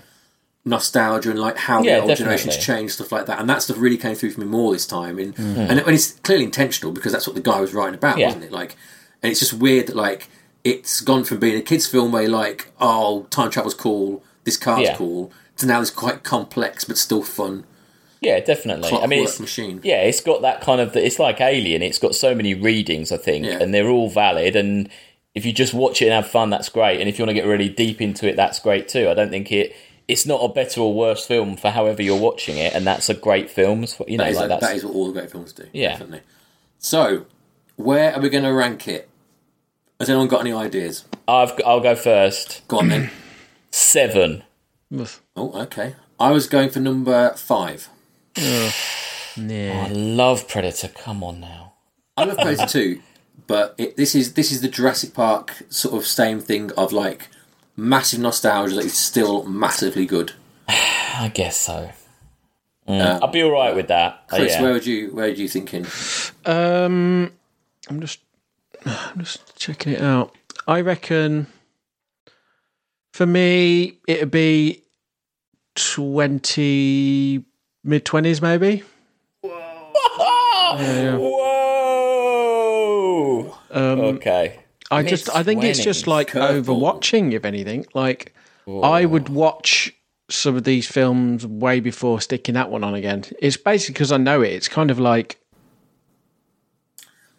[SPEAKER 1] nostalgia and like how
[SPEAKER 2] Yeah,
[SPEAKER 1] the old generations
[SPEAKER 2] definitely.
[SPEAKER 1] changed, stuff like that. And that stuff really came through for me more this time. And and, and it's clearly intentional because that's what the guy was writing about,
[SPEAKER 2] Mm. Yeah.
[SPEAKER 1] wasn't it? Like, and it's just weird that like it's gone from being a kids' film where you're like, oh, time travel's cool, this car's
[SPEAKER 2] Yeah.
[SPEAKER 1] cool, to now it's quite complex but still fun.
[SPEAKER 2] Yeah, definitely. I mean,
[SPEAKER 1] Clockwork
[SPEAKER 2] it's,
[SPEAKER 1] machine.
[SPEAKER 2] Yeah, it's got that kind of. It's like Alien. It's got so many readings, I think,
[SPEAKER 1] Yeah.
[SPEAKER 2] and they're all valid. And if you just watch it and have fun, that's great. And if you want to get really deep into it, that's great too. I don't think it. It's not a better or worse film for however you're watching it, and that's a great film. so- You know,
[SPEAKER 1] That is,
[SPEAKER 2] like
[SPEAKER 1] that
[SPEAKER 2] that's
[SPEAKER 1] is what all the great films do.
[SPEAKER 2] Yeah.
[SPEAKER 1] Definitely. So, where are we going to rank it? Has anyone got any ideas?
[SPEAKER 2] I've I'll go first.
[SPEAKER 1] Go on then.
[SPEAKER 2] Seven.
[SPEAKER 3] Oof.
[SPEAKER 1] oh, okay. I was going for number five.
[SPEAKER 2] I love Predator. Come on now.
[SPEAKER 1] I love Predator Two, but it, this is this is the Jurassic Park sort of same thing of like massive nostalgia that is still massively good.
[SPEAKER 2] I guess so. Mm, I'll be all right with that. Oh,
[SPEAKER 1] Um, Chris,
[SPEAKER 2] yeah.
[SPEAKER 1] where would you where would you thinking?
[SPEAKER 3] Um, I'm just, I'm just checking it out. I reckon. For me, it'd be twenty-four. mid twenties, maybe.
[SPEAKER 2] Ah!
[SPEAKER 3] yeah. Um,
[SPEAKER 2] Whoa! okay.
[SPEAKER 3] I just, I think it's just
[SPEAKER 2] Mid-twenties.
[SPEAKER 3] like
[SPEAKER 1] Curveball.
[SPEAKER 3] overwatching, if anything. Like, I would watch some of these films way before sticking that one on again. It's basically because I know it. It's kind of like,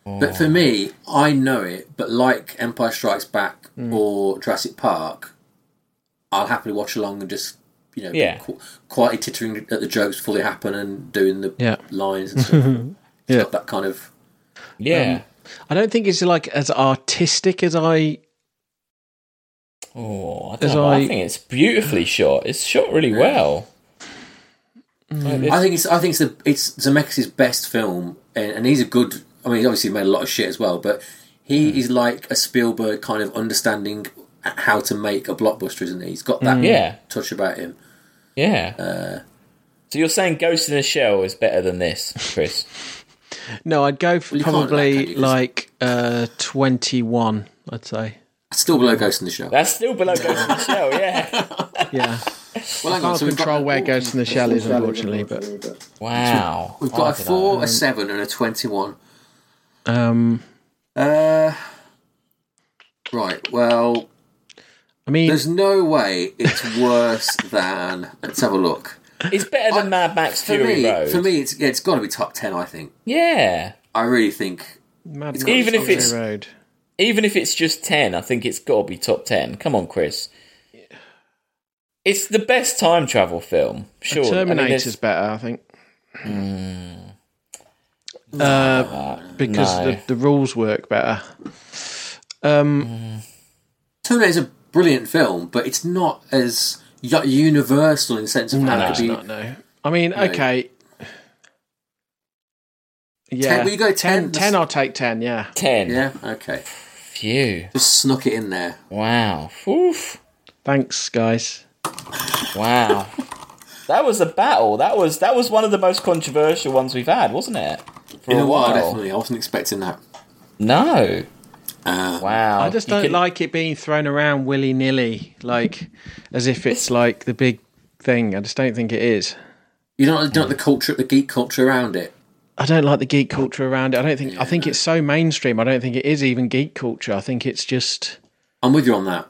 [SPEAKER 1] But for me, I know it, but like Empire Strikes Back
[SPEAKER 2] Hmm.
[SPEAKER 1] or Jurassic Park, I'll happily watch along and just, you know, be
[SPEAKER 2] Yeah.
[SPEAKER 1] qu- quietly tittering at the jokes before they happen and doing the
[SPEAKER 3] Yeah.
[SPEAKER 1] lines and stuff. It's
[SPEAKER 3] Yeah.
[SPEAKER 1] got that kind of.
[SPEAKER 3] um,
[SPEAKER 2] Yeah.
[SPEAKER 3] I don't think it's like as artistic as I.
[SPEAKER 2] oh, I,
[SPEAKER 3] as
[SPEAKER 2] don't know. I
[SPEAKER 3] I-
[SPEAKER 2] think it's beautifully shot. It's shot really well. Like this-
[SPEAKER 1] I think it's I think it's the, it's Zemeckis' best film, and, and he's a good. I mean, he obviously made a lot of shit as well, but he
[SPEAKER 2] Hmm.
[SPEAKER 1] is like a Spielberg kind of understanding how to make a blockbuster, isn't he? He's got that
[SPEAKER 2] Hmm. Yeah.
[SPEAKER 1] touch about him.
[SPEAKER 2] Yeah.
[SPEAKER 1] uh,
[SPEAKER 2] so you're saying Ghost in the Shell is better than this, Chris?
[SPEAKER 3] No, I'd go for
[SPEAKER 1] Well, you can't do that,
[SPEAKER 3] probably
[SPEAKER 1] can you? 'Cause-
[SPEAKER 3] like uh, twenty-one. I'd say.
[SPEAKER 1] Still below Ghost in the Shell.
[SPEAKER 2] That's still below Ghost in the Shell, yeah.
[SPEAKER 3] Yeah,
[SPEAKER 1] Well, hang on,
[SPEAKER 3] can't
[SPEAKER 1] so we've got-
[SPEAKER 3] control where Ghost in the Shell is, unfortunately. But
[SPEAKER 2] Wow.
[SPEAKER 1] We've got
[SPEAKER 2] Hard
[SPEAKER 1] a
[SPEAKER 2] to
[SPEAKER 1] four,
[SPEAKER 2] know.
[SPEAKER 1] a seven, and a twenty-one.
[SPEAKER 3] um,
[SPEAKER 1] Uh, right. Well,
[SPEAKER 3] I mean,
[SPEAKER 1] there's no way it's worse than. Let's have a look.
[SPEAKER 2] It's better than Mad Max
[SPEAKER 1] For
[SPEAKER 2] Fury
[SPEAKER 1] me,
[SPEAKER 2] Road.
[SPEAKER 1] for me, it's yeah, it's got to be top ten. I think.
[SPEAKER 2] yeah.
[SPEAKER 1] I really think.
[SPEAKER 3] Mad
[SPEAKER 1] it's
[SPEAKER 3] Max
[SPEAKER 2] even if
[SPEAKER 3] Fury
[SPEAKER 2] it's-
[SPEAKER 3] Road.
[SPEAKER 2] Even if it's just 10, I think it's got to be top 10. Come on, Chris. It's the best time travel film, sure.
[SPEAKER 3] Terminator's better, I think. Uh, because
[SPEAKER 2] No.
[SPEAKER 3] the, the rules work better. Um,
[SPEAKER 1] Terminator is a brilliant film, but it's not as u- universal in the sense of how it
[SPEAKER 3] it's
[SPEAKER 1] could be.
[SPEAKER 3] not, no. I mean, okay. Yeah.
[SPEAKER 1] Ten, will you go ten?
[SPEAKER 3] 10, 10 I'll take 10, yeah.
[SPEAKER 2] 10.
[SPEAKER 1] yeah. Okay.
[SPEAKER 2] Phew.
[SPEAKER 1] Just snuck it in there.
[SPEAKER 2] Wow. Oof.
[SPEAKER 3] Thanks, guys.
[SPEAKER 2] Wow. that was a battle. That was that was one of the most controversial ones we've had, wasn't it? For
[SPEAKER 1] In a while, Oh, definitely. I wasn't expecting that.
[SPEAKER 2] No.
[SPEAKER 1] Uh,
[SPEAKER 2] Wow.
[SPEAKER 3] I just
[SPEAKER 2] You
[SPEAKER 3] don't
[SPEAKER 2] can-
[SPEAKER 3] like it being thrown around willy nilly, like as if it's like the big thing. I just don't think it is.
[SPEAKER 1] you don't you don't like the culture, the geek culture around it.
[SPEAKER 3] I don't like the geek culture around it. I don't think I think it's so mainstream. I don't think it is even geek culture. I think it's just
[SPEAKER 1] I'm with you on that.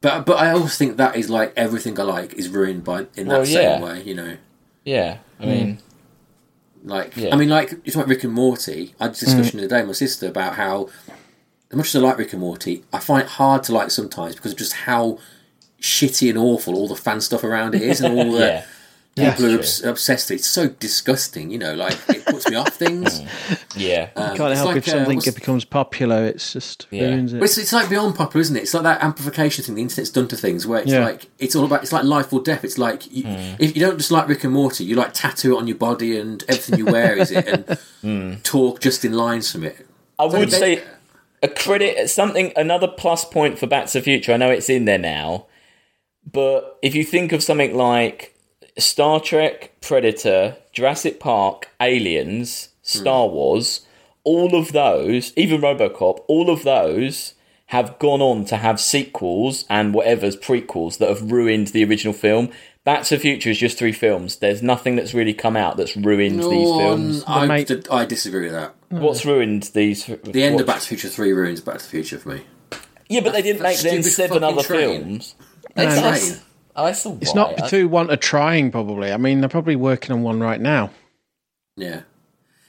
[SPEAKER 1] But but I also think that is like everything I like is ruined by in that
[SPEAKER 2] Well,
[SPEAKER 1] same
[SPEAKER 2] yeah.
[SPEAKER 1] way, you know.
[SPEAKER 2] Yeah. I mean,
[SPEAKER 1] Like
[SPEAKER 2] Yeah. Mm.
[SPEAKER 1] I mean, like it's like Rick and Morty. I had a discussion the other day with my sister about how, as much as I like Rick and Morty, I find it hard to like sometimes because of just how shitty and awful all the fan stuff around it is and all the
[SPEAKER 2] yeah.
[SPEAKER 1] people who are
[SPEAKER 2] that's
[SPEAKER 1] obs- obsessed with it. It's so disgusting, you know. Like it puts me off things.
[SPEAKER 2] Mm. Yeah.
[SPEAKER 1] Um,
[SPEAKER 3] can't
[SPEAKER 1] it's
[SPEAKER 3] help
[SPEAKER 1] like,
[SPEAKER 3] if
[SPEAKER 1] uh,
[SPEAKER 3] something
[SPEAKER 1] what's-
[SPEAKER 3] becomes popular. It's just
[SPEAKER 2] Yeah.
[SPEAKER 3] ruins
[SPEAKER 1] But
[SPEAKER 3] it.
[SPEAKER 1] it's, it's like beyond popular, isn't it? It's like that amplification thing the internet's done to things, where it's
[SPEAKER 3] Yeah.
[SPEAKER 1] like it's all about it's like life or death. It's like you,
[SPEAKER 2] Mm.
[SPEAKER 1] if you don't just like Rick and Morty, you like tattoo it on your body and everything you wear is it, and
[SPEAKER 2] Mm.
[SPEAKER 1] talk just in lines from it.
[SPEAKER 2] I would
[SPEAKER 1] they-
[SPEAKER 2] say a credit, something, another plus point for Back to the Future. I know it's in there now, but if you think of something like Star Trek, Predator, Jurassic Park, Aliens, Star
[SPEAKER 1] Hmm.
[SPEAKER 2] Wars, all of those, even Robocop, all of those have gone on to have sequels and whatever's prequels that have ruined the original film. Back to the Future is just three films. There's nothing that's really come out that's ruined these films.
[SPEAKER 1] Um, I,
[SPEAKER 3] mate-
[SPEAKER 1] d- I disagree with that.
[SPEAKER 2] What's ruined these?
[SPEAKER 1] The end of Back to the Future Three ruins Back to the Future for me.
[SPEAKER 2] Yeah, but they didn't
[SPEAKER 1] that
[SPEAKER 2] make then
[SPEAKER 1] stupid
[SPEAKER 2] seven
[SPEAKER 1] fucking
[SPEAKER 2] other
[SPEAKER 1] train.
[SPEAKER 2] films.
[SPEAKER 1] That
[SPEAKER 2] That's-
[SPEAKER 1] train.
[SPEAKER 2] that's the why.
[SPEAKER 3] It's not
[SPEAKER 2] I-
[SPEAKER 3] too want a trying probably. I mean, they're probably working on one right now.
[SPEAKER 1] Yeah.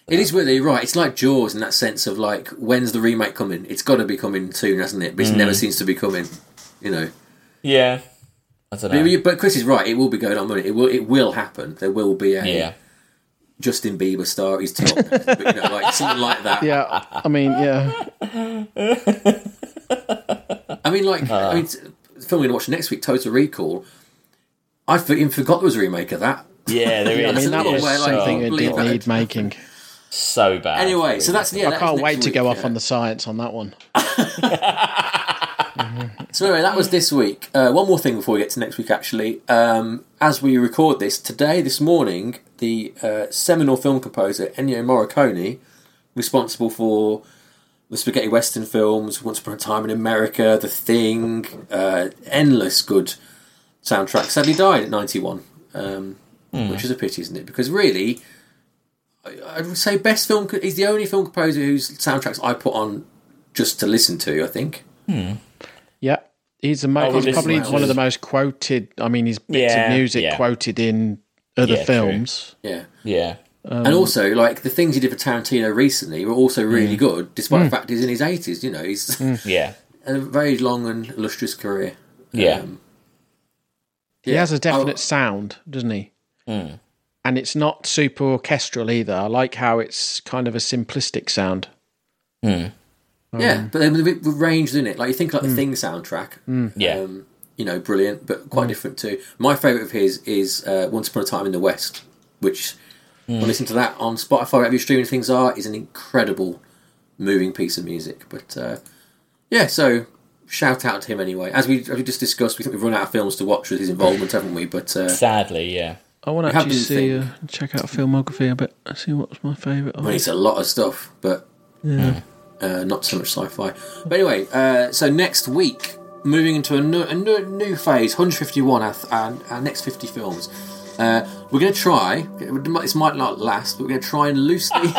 [SPEAKER 1] It is weird, that you're right. It's like Jaws in that sense of like, when's the remake coming? It's got to be coming soon, hasn't it? But it
[SPEAKER 3] Mm.
[SPEAKER 1] never seems to be coming, you know.
[SPEAKER 2] Yeah, I don't
[SPEAKER 1] But,
[SPEAKER 2] know.
[SPEAKER 1] you- but Chris is right. It will be going on, won't it? It will. It will happen. There will be a
[SPEAKER 2] Yeah,
[SPEAKER 1] Justin Bieber star. He's top, but, you know, like something like that.
[SPEAKER 3] Yeah, I mean, yeah,
[SPEAKER 1] I mean, like,
[SPEAKER 3] Uh.
[SPEAKER 1] I mean, the film we're gonna watch next week, Total Recall. I for- even forgot there was a remake of that.
[SPEAKER 2] yeah, there is.
[SPEAKER 1] I
[SPEAKER 3] I mean that
[SPEAKER 1] It's
[SPEAKER 3] was
[SPEAKER 1] way, like,
[SPEAKER 3] something it
[SPEAKER 1] completely
[SPEAKER 3] didn't
[SPEAKER 1] bad.
[SPEAKER 3] need making.
[SPEAKER 2] so bad.
[SPEAKER 1] Anyway, so that's yeah.
[SPEAKER 3] I can't wait to go off
[SPEAKER 1] on
[SPEAKER 3] on the science on that one.
[SPEAKER 1] So anyway, that was this week. Uh, one more thing before we get to next week, actually. Um, as we record this today, this morning, the uh, seminal film composer Ennio Morricone, responsible for the spaghetti western films, Once Upon a Time in America, The Thing, uh, endless good soundtrack, sadly died at ninety-one. Um, which is a pity, isn't it? Because really, I, I would say best film. co- He's the only film composer whose soundtracks I put on just to listen to. I think.
[SPEAKER 3] Yeah, he's the mo-
[SPEAKER 2] Oh,
[SPEAKER 3] he's
[SPEAKER 2] this
[SPEAKER 3] probably
[SPEAKER 2] one.
[SPEAKER 3] one of the most quoted. I mean, his bits
[SPEAKER 2] Yeah,
[SPEAKER 3] of music
[SPEAKER 2] yeah.
[SPEAKER 3] quoted in other
[SPEAKER 2] Yeah, true.
[SPEAKER 3] films.
[SPEAKER 1] Yeah.
[SPEAKER 2] Yeah.
[SPEAKER 1] and also, like the things he did for Tarantino recently were also really good, despite the fact he's in his eighties. You know, he's
[SPEAKER 2] Yeah.
[SPEAKER 1] had a very long and illustrious career.
[SPEAKER 2] Yeah.
[SPEAKER 3] He has a
[SPEAKER 1] Oh.
[SPEAKER 3] definite sound, doesn't he? And it's not super orchestral either. I like how it's kind of a simplistic sound.
[SPEAKER 1] Yeah, but then with with range, isn't it? Like you think like the Thing soundtrack.
[SPEAKER 2] Yeah.
[SPEAKER 1] Um, you know, brilliant, but quite different too. My favourite of his is uh, Once Upon a Time in the West, which when I listen to that on Spotify, wherever your streaming things are, is an incredible, moving piece of music. But uh, yeah, so shout out to him anyway. As we, as we just discussed, we think we've run out of films to watch with his involvement, haven't we? But uh,
[SPEAKER 2] Sadly, yeah.
[SPEAKER 3] I want
[SPEAKER 1] We
[SPEAKER 3] to actually
[SPEAKER 1] haven't
[SPEAKER 3] see, uh, check out filmography a bit, see what's my favourite.
[SPEAKER 1] I mean, it's a lot of stuff, but uh, not so much sci-fi. But anyway, uh, so next week, moving into a new, a new, new phase, 151, our, th- our, our next 50 films. Uh, we're going to try. it would- This might not last, but we're going to try and loosely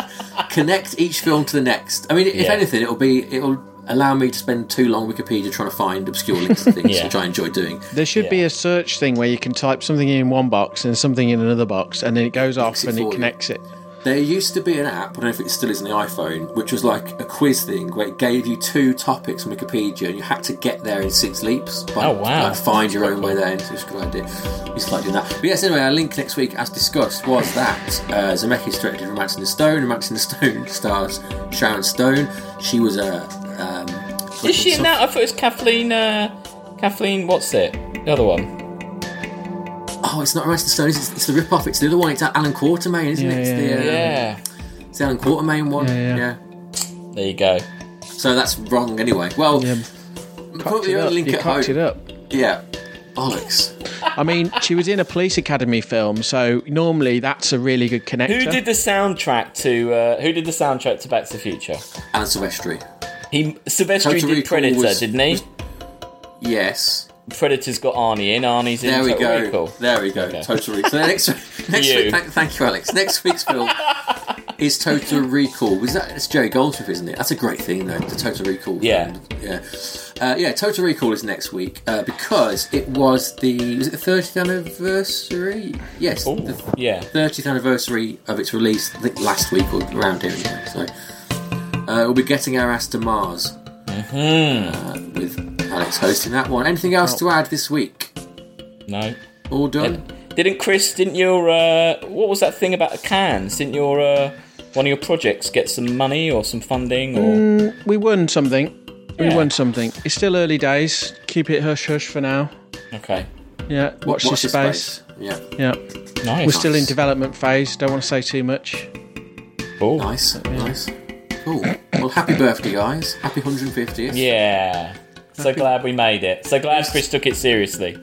[SPEAKER 1] connect each film to the next. I mean, if
[SPEAKER 2] Yeah.
[SPEAKER 1] anything, it'll be it'll allow me to spend too long Wikipedia trying to find obscure links to things,
[SPEAKER 2] Yeah.
[SPEAKER 1] which I enjoy doing.
[SPEAKER 3] There should be
[SPEAKER 2] Yeah.
[SPEAKER 3] a search thing where you can type something in one box and something in another box, and then it goes off
[SPEAKER 1] it
[SPEAKER 3] and
[SPEAKER 1] for
[SPEAKER 3] it
[SPEAKER 1] you.
[SPEAKER 3] connects it.
[SPEAKER 1] There used to be an app, I don't know if it still is on the iPhone, which was like a quiz thing where it gave you two topics on Wikipedia and you had to get there in six leaps. By,
[SPEAKER 2] Oh, wow.
[SPEAKER 1] Like, find your own way there. and It was a good idea. We used to like doing that. But yes, anyway, our link next week, as discussed, was that uh, Zemeckis directed Romancing the Stone. Romancing the Stone stars Sharon Stone. She was a. Um,
[SPEAKER 2] Is she in that? I thought it was Kathleen. Uh, Kathleen, what's it? The other one.
[SPEAKER 1] Oh, it's not Romancing the Stone, it's, it's the rip off. It's the other one. It's Alan Quartermain, isn't it?
[SPEAKER 3] Yeah,
[SPEAKER 1] It's
[SPEAKER 3] yeah,
[SPEAKER 1] the, um,
[SPEAKER 2] Yeah.
[SPEAKER 1] it's the Alan Quartermain one.
[SPEAKER 3] Yeah, yeah.
[SPEAKER 1] yeah.
[SPEAKER 2] There you go.
[SPEAKER 1] So that's wrong anyway. Well,
[SPEAKER 3] Yeah.
[SPEAKER 1] put
[SPEAKER 3] Cocked it
[SPEAKER 1] your
[SPEAKER 3] up.
[SPEAKER 1] own link
[SPEAKER 3] You
[SPEAKER 1] at
[SPEAKER 3] cocked
[SPEAKER 1] home.
[SPEAKER 3] it up.
[SPEAKER 1] Yeah. Bollocks.
[SPEAKER 3] I mean, she was in a police academy film, so normally that's a really good connector.
[SPEAKER 2] Who did the soundtrack to? Uh, who did the soundtrack to Back to the Future?
[SPEAKER 1] Alan Silvestri.
[SPEAKER 2] He Silvestri
[SPEAKER 1] Total
[SPEAKER 2] did
[SPEAKER 1] Recall
[SPEAKER 2] Predator,
[SPEAKER 1] was-
[SPEAKER 2] didn't he?
[SPEAKER 1] Yes.
[SPEAKER 2] Predator's got Arnie in. Arnie's in.
[SPEAKER 1] There we
[SPEAKER 2] Total
[SPEAKER 1] go.
[SPEAKER 2] Recall.
[SPEAKER 1] There we go.
[SPEAKER 2] Okay.
[SPEAKER 1] Total Recall. So next, next
[SPEAKER 2] You.
[SPEAKER 1] week, thank, thank you, Alex. Next week's film is Total Recall. Was that? It's Jerry Goldsmith, isn't it? That's a great thing, though. The Total Recall.
[SPEAKER 2] Yeah.
[SPEAKER 1] Yeah. Uh, yeah. Total Recall is next week uh, because it was the was it the 30th anniversary? Yes.
[SPEAKER 2] Ooh,
[SPEAKER 1] the
[SPEAKER 2] yeah.
[SPEAKER 1] 30th anniversary of its release, I think last week or around here. Anyway. So uh, we'll be getting our ass to Mars
[SPEAKER 3] Mm-hmm.
[SPEAKER 1] uh, with Alex hosting that one. Anything else to add this week?
[SPEAKER 2] No.
[SPEAKER 1] All done.
[SPEAKER 2] Didn't Chris? Didn't your uh, what was that thing about Cannes? Didn't your uh, one of your projects get some money or some funding or?
[SPEAKER 3] We won something. We
[SPEAKER 2] Yeah.
[SPEAKER 3] won something. It's still early days. Keep it hush hush for now.
[SPEAKER 2] Okay.
[SPEAKER 3] Yeah, watch,
[SPEAKER 1] Watch
[SPEAKER 3] this
[SPEAKER 1] this
[SPEAKER 3] space.
[SPEAKER 1] Yeah.
[SPEAKER 3] Yeah,
[SPEAKER 2] Nice.
[SPEAKER 3] we're still in development phase. Don't want to say too much.
[SPEAKER 2] Cool.
[SPEAKER 1] Nice. Nice. Cool. Well, happy birthday, guys. Happy 150th.
[SPEAKER 2] Yeah. So glad we made it. So glad Chris took it seriously.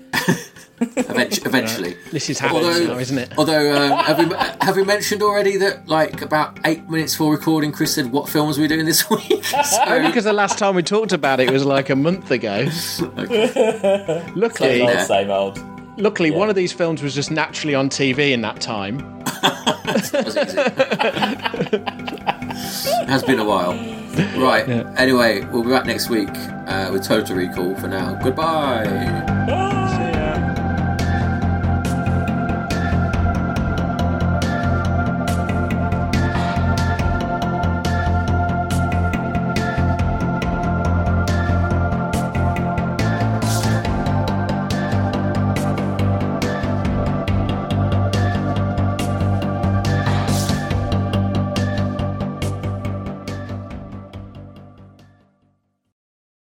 [SPEAKER 1] Eventu- eventually.
[SPEAKER 3] This is happening
[SPEAKER 1] Although-
[SPEAKER 3] now, isn't it?
[SPEAKER 1] Although, um, have, we, have we mentioned already that, like, about eight minutes before recording, Chris said, What films are we doing this week?
[SPEAKER 3] Only
[SPEAKER 1] so,
[SPEAKER 3] because the last time we talked about it was like a month ago.
[SPEAKER 2] Same
[SPEAKER 3] Luckily,
[SPEAKER 2] old, same old.
[SPEAKER 3] luckily, one of these films was just naturally on TV in that time.
[SPEAKER 1] That was easy. it has been a while. Right. Anyway, we'll be back next week uh, with Total Recall for now. Goodbye.
[SPEAKER 2] Bye.